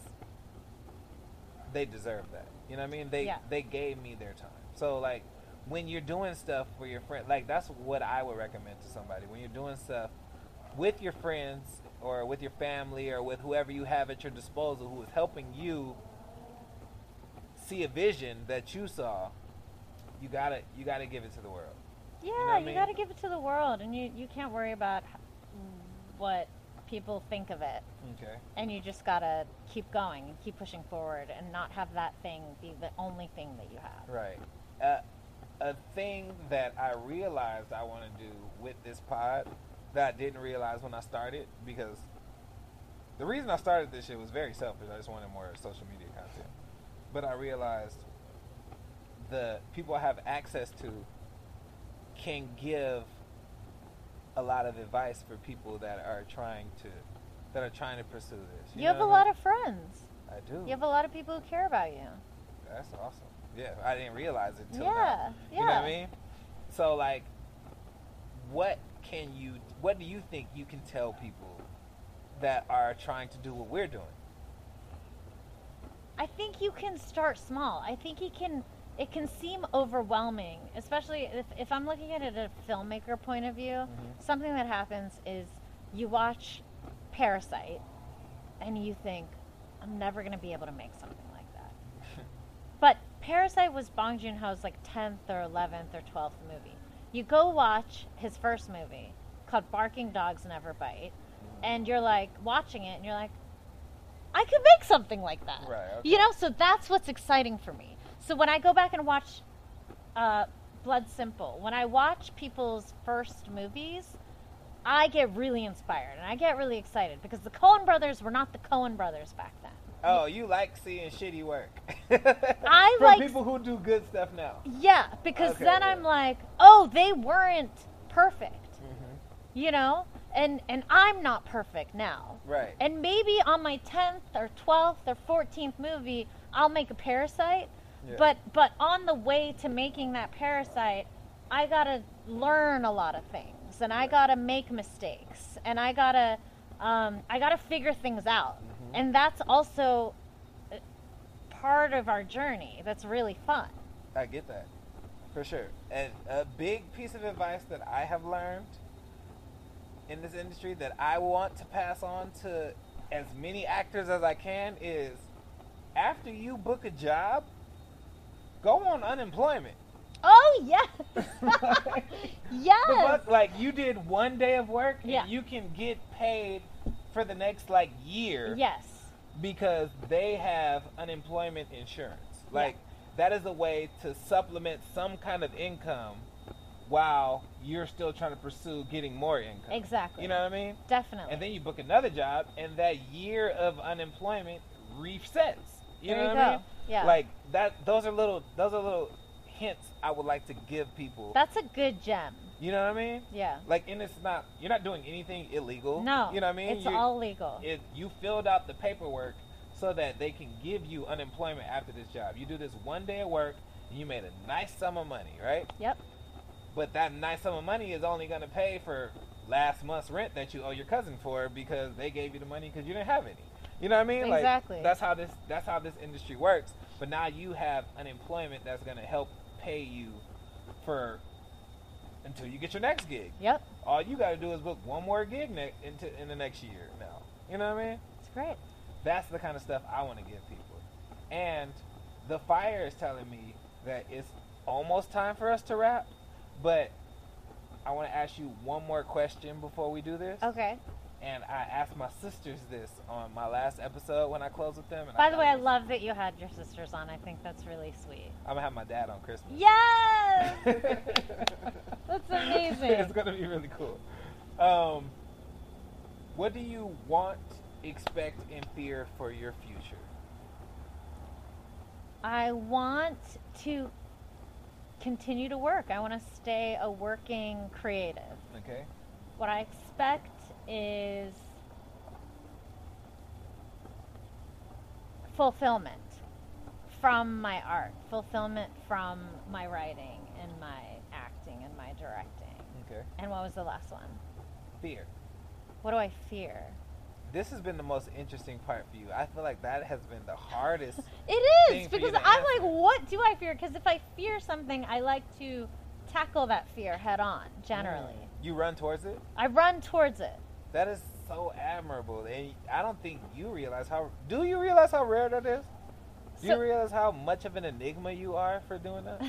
A: they deserve that. You know what I mean? They
B: Yeah.
A: they gave me their time. So like when you're doing stuff for your friend, like that's what I would recommend to somebody. When you're doing stuff with your friends or with your family or with whoever you have at your disposal who is helping you see a vision that you saw, you gotta you gotta give it to the world.
B: Yeah, you,
A: know what I mean?
B: got to give it to the world and you you can't worry about h- what people think of it.
A: Okay.
B: And you just got to keep going and keep pushing forward and not have that thing be the only thing that you have.
A: Right. Uh, a thing that I realized I want to do with this pod that I didn't realize when I started because the reason I started this shit was very selfish. I just wanted more social media content. But I realized the people I have access to can give a lot of advice for people that are trying to that are trying to pursue this.
B: You, have a lot of friends.
A: I do.
B: You have a lot of people who care about you.
A: That's awesome. Yeah, I didn't realize it till now.
B: yeah. Yeah.
A: You know what I mean? So like what can you what do you think you can tell people that are trying to do what we're doing?
B: I think you can start small. I think it can it can seem overwhelming, especially if, if I'm looking at it at a filmmaker point of view. Something that happens is you watch Parasite and you think, I'm never gonna be able to make something like that. but Parasite was Bong Joon Ho's like tenth or eleventh or twelfth movie. You go watch his first movie called Barking Dogs Never Bite and you're like watching it and you're like, I could make something like that.
A: Right, okay.
B: You know, so that's what's exciting for me. So when I go back and watch uh, Blood Simple. When I watch people's first movies, I get really inspired and I get really excited because the Coen brothers were not the Coen brothers back then.
A: Oh, you like seeing shitty work.
B: I
A: From
B: like
A: people who do good stuff now.
B: Yeah, because
A: Okay,
B: then
A: yeah.
B: I'm like, oh, they weren't perfect,
A: Mm-hmm.
B: you know, and and I'm not perfect now.
A: Right.
B: And maybe on my tenth or twelfth or fourteenth movie, I'll make a parasite.
A: Yeah.
B: But but on the way to making that parasite, I gotta learn a lot of things, and I gotta make mistakes, and I gotta um, I gotta figure things out,
A: Mm-hmm.
B: and that's also uh, part of our journey. That's really fun.
A: I get that. For sure. And a big piece of advice that I have learned in this industry that I want to pass on to as many actors as I can is after you book a job, go on unemployment.
B: Oh yes,
A: The
B: yes.
A: fuck, like you did one day of work and
B: Yeah.
A: you can get paid for the next like year
B: Yes,
A: because they have unemployment insurance. Like that is a way to supplement some kind of income while you're still trying to pursue getting more income.
B: Exactly.
A: You know what I mean?
B: definitely.
A: And then you book another job and that year of unemployment resets. You
B: There
A: know
B: you
A: what
B: go.
A: I mean?
B: Yeah.
A: Like that those are little those are little hints I would like to give people.
B: That's a good gem.
A: you know what I mean?
B: Yeah.
A: Like and it's not you're not doing anything illegal.
B: No.
A: You know what I mean?
B: It's
A: You're-
B: all legal.
A: if you filled out the paperwork so that they can give you unemployment after this job. You do this one day of work, and you made a nice sum of money, right?
B: yep.
A: But that nice sum of money is only going to pay for last month's rent that you owe your cousin for because they gave you the money because you didn't have any. You know what I mean? Like,
B: Exactly.
A: that's how this that's how this industry works. But now you have unemployment that's going to help pay you for until you get your next gig.
B: Yep.
A: All you got to do is book one more gig ne- into in the next year now. You know what I mean?
B: It's great.
A: That's the kind of stuff I want to give people. And the fire is telling me that it's almost time for us to wrap, but I want to ask you one more question before we do this.
B: Okay.
A: And I asked my sisters this on my last episode when I closed with them. And
B: By the way, I love that you had your sisters on. I think that's really sweet.
A: I'm gonna have my dad on Christmas.
B: Yes, that's
A: it's
B: amazing.
A: gonna be really cool. Um, what do you want, expect, and fear for your future?
B: I want to continue to work. I want to stay a working creative.
A: Okay.
B: What I expect is fulfillment from my art, fulfillment from my writing and my acting and my directing.
A: Okay.
B: And what was the last one?
A: Fear.
B: What do I fear?
A: this has been the most interesting part for you. I feel like that has been the hardest.
B: It
A: Thing
B: is
A: for you
B: because
A: to
B: I'm
A: answer.
B: like, what do I fear? Because if I fear something, I like to tackle that fear head on. Generally,
A: Mm. You run towards it.
B: I run towards it.
A: That is so admirable, and I don't think you realize how. Do you realize how rare that is? Do
B: So-
A: you realize how much of an enigma you are for doing that?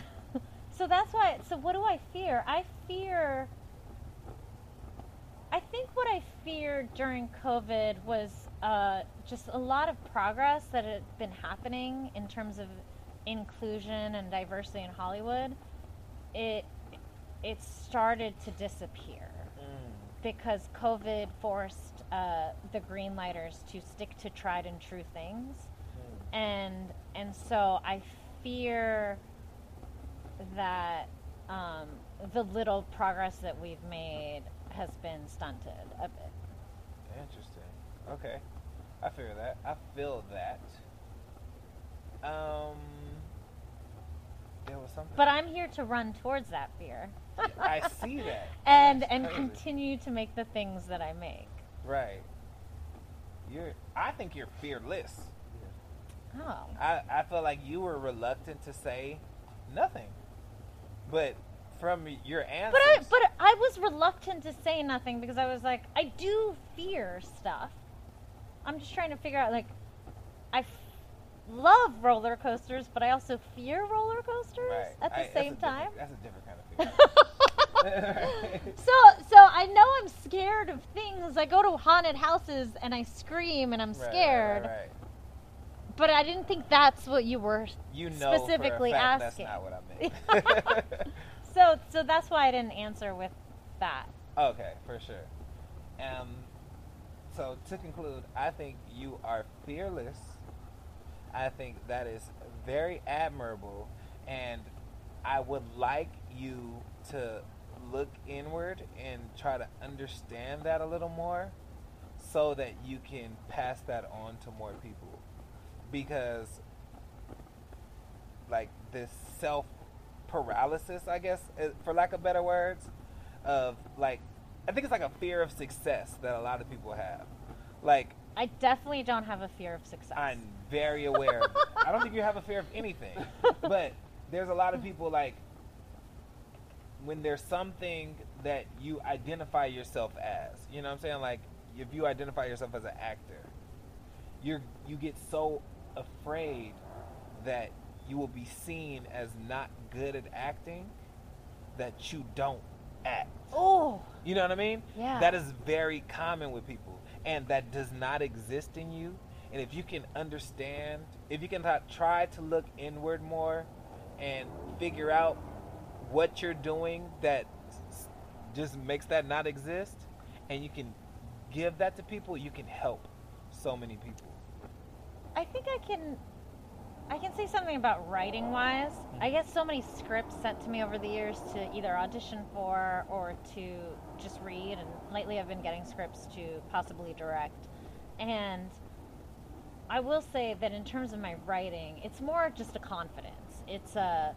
B: So that's why. So what do I fear? I fear. I think what I feared during COVID was uh, just a lot of progress that had been happening in terms of inclusion and diversity in Hollywood. It it started to disappear
A: Mm,
B: because COVID forced uh, the green lighters to stick to tried and true things,
A: mm,
B: and and so I fear that um, the little progress that we've made has been stunted a bit.
A: Interesting. Okay, I figure that. I feel that. Um, there was something.
B: But I'm here to run towards that fear
A: I see that.
B: and
A: That's
B: and
A: crazy.
B: continue to make the things that I make.
A: Right. You're. I think you're fearless.
B: Oh,
A: I, I feel like you were reluctant to say nothing. But from your
B: but
A: answers,
B: I but I was reluctant to say nothing because I was like, I do fear stuff. I'm just trying to figure out like, I. F- Love roller coasters, but I also fear roller coasters
A: Right.
B: at the
A: I- that's a
B: same
A: different-
B: time.
A: That's a different kind of fear.
B: So, so I know I'm scared of things. I go to haunted houses and I scream and I'm
A: Right,
B: scared.
A: Right, right, right.
B: But I didn't think that's what you were.
A: You know for a
B: Specifically
A: fact
B: asking.
A: That's not what I meant.
B: So so that's why I didn't answer with that.
A: Okay, for sure. Um, so to conclude, I think you are fearless. I think that is very admirable, and I would like you to look inward and try to understand that a little more, so that you can pass that on to more people. Because, like this self paralysis, I guess, eh, for lack of better words, of like I think it's like a fear of success that a lot of people have. Like
B: I definitely don't have a fear of success.
A: I'm very aware. Of I don't think you have a fear of anything, but there's a lot of people like when there's something that you identify yourself as. You know what I'm saying? Like if you identify yourself as an actor, you're you get so afraid that you will be seen as not good at acting that you don't act.
B: Oh,
A: You know what I mean?
B: Yeah.
A: That is very common with people, and that does not exist in you. And if you can understand, if you can t- try to look inward more and figure out what you're doing that s- just makes that not exist, and you can give that to people, you can help so many people.
B: I think I can I can say something about writing wise. I get so many scripts sent to me over the years to either audition for or to just read and lately I've been getting scripts to possibly direct. And I will say that in terms of my writing, it's more just a confidence. It's a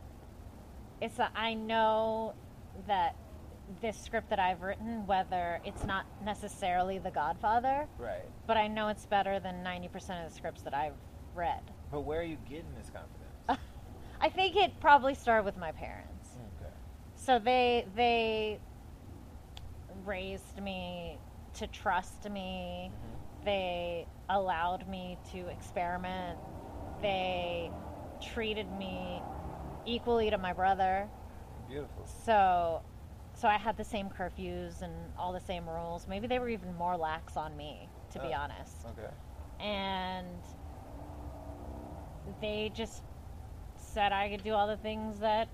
B: it's a I know that this script that I've written, whether it's not necessarily The Godfather,
A: Right.
B: but I know it's better than 90% of the scripts that I've read.
A: But where are you getting this confidence?
B: Uh, I think it probably started with my parents.
A: Okay.
B: So they they raised me to trust me.
A: Mm-hmm.
B: They allowed me to experiment. They treated me equally to my brother.
A: Beautiful.
B: So so I had the same curfews and all the same rules. Maybe they were even more lax on me, to be
A: Oh.
B: honest.
A: Okay.
B: and they just said I could do all the things that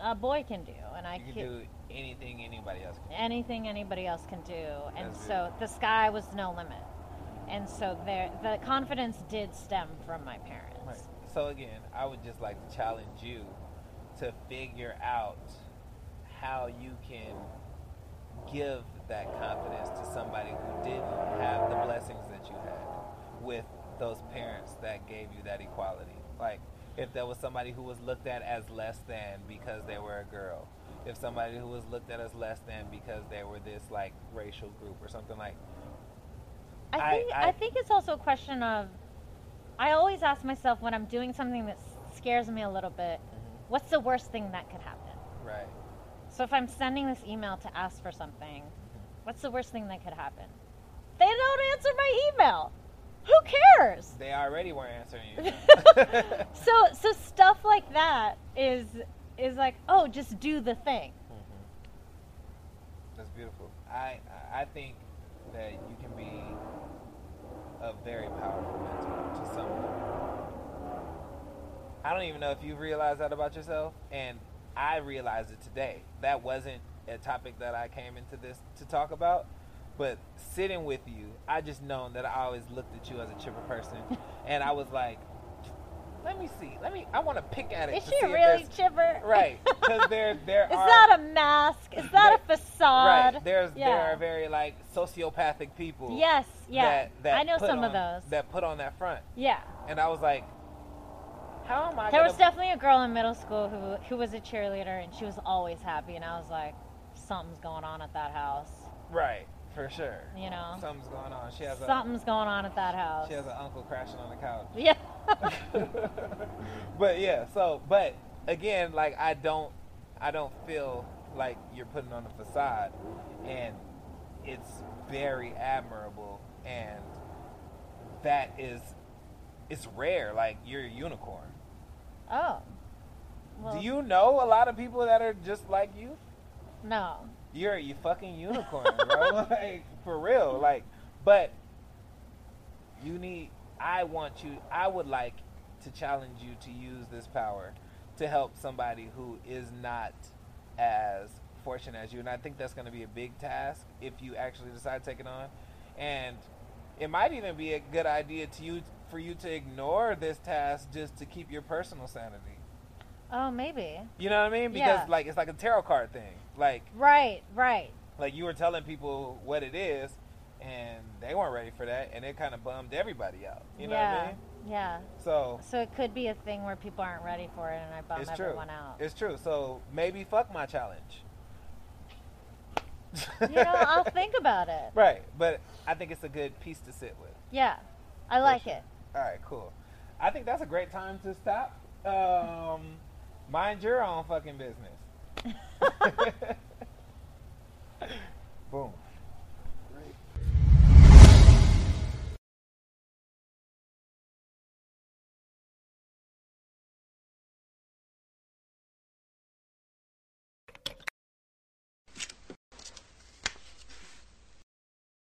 B: a boy can do, and I
A: You
B: could
A: can do anything anybody else can.
B: anything anybody else can do. And
A: That's
B: so the sky was no limit, and so there the confidence did stem from my parents.
A: Right. So again, I would just like to challenge you to figure out how you can give that confidence to somebody who didn't have the blessings that you had with those parents that gave you that equality. Like if there was somebody who was looked at as less than because they were a girl, if somebody who was looked at as less than because they were this like racial group or something like I-
B: I think I,
A: I-
B: think it's also a question of I always ask myself when I'm doing something that scares me a little bit,
A: Mm-hmm.
B: what's the worst thing that could happen?
A: right.
B: So if I'm sending this email to ask for something, what's the worst thing that could happen? They don't answer my email. Who cares?
A: They already were answering you.
B: So so stuff like that is is like, oh, just do the thing. Mm-hmm.
A: That's beautiful. I I think that you can be a very powerful mentor to someone. I don't even know if you realize that about yourself, and I realized it today. That wasn't a topic that I came into this to talk about, but sitting with you, I just known that I always looked at you as a chipper person, and I was like, let me see, let me. I want to pick at it.
B: Is
A: to
B: she
A: see if
B: really
A: there's-
B: chipper?
A: right? Because there there
B: Is
A: are
B: that a mask? Is that a facade?
A: Right. There's there
B: Yeah.
A: are very like sociopathic people.
B: Yes, yeah.
A: That, that
B: I know
A: put
B: some of
A: on-
B: those.
A: That put on that front,
B: yeah.
A: and I was like, how am I?
B: There
A: gonna...
B: was definitely a girl in middle school who who was a cheerleader and she was always happy and I was like, something's going on at that house.
A: Right. For sure.
B: You know.
A: Something's going on. She has
B: Something's going on at that
A: a
B: house.
A: she has an uncle crashing on the couch.
B: yeah.
A: But yeah. So, but again, like I don't, I don't feel like you're putting on a facade, and it's very admirable, and that is, it's rare. Like you're a unicorn.
B: Oh. Well,
A: Do you know a lot of people that are just like you?
B: No.
A: You're a you fucking unicorn, bro. like for real. Like, but you need. I want you. I would like to challenge you to use this power to help somebody who is not as fortunate as you. And I think that's going to be a big task if you actually decide to take it on. And it might even be a good idea to you for you to ignore this task just to keep your personal sanity.
B: Oh, maybe.
A: You know what I mean? Because
B: Yeah.
A: like it's like a tarot card thing. Like
B: Right, right.
A: like you were telling people what it is and they weren't ready for that and it kind of bummed everybody out. You know
B: yeah,
A: what I mean?
B: yeah.
A: So
B: So it could be a thing where people aren't ready for it, and I bum
A: it's true.
B: everyone out.
A: It's true. So maybe fuck my challenge.
B: you know, I'll think about it.
A: Right, but I think it's a good piece to sit with.
B: Yeah, I like it.
A: All right, cool. I think that's a great time to stop. Um, mind your own fucking business. Boom.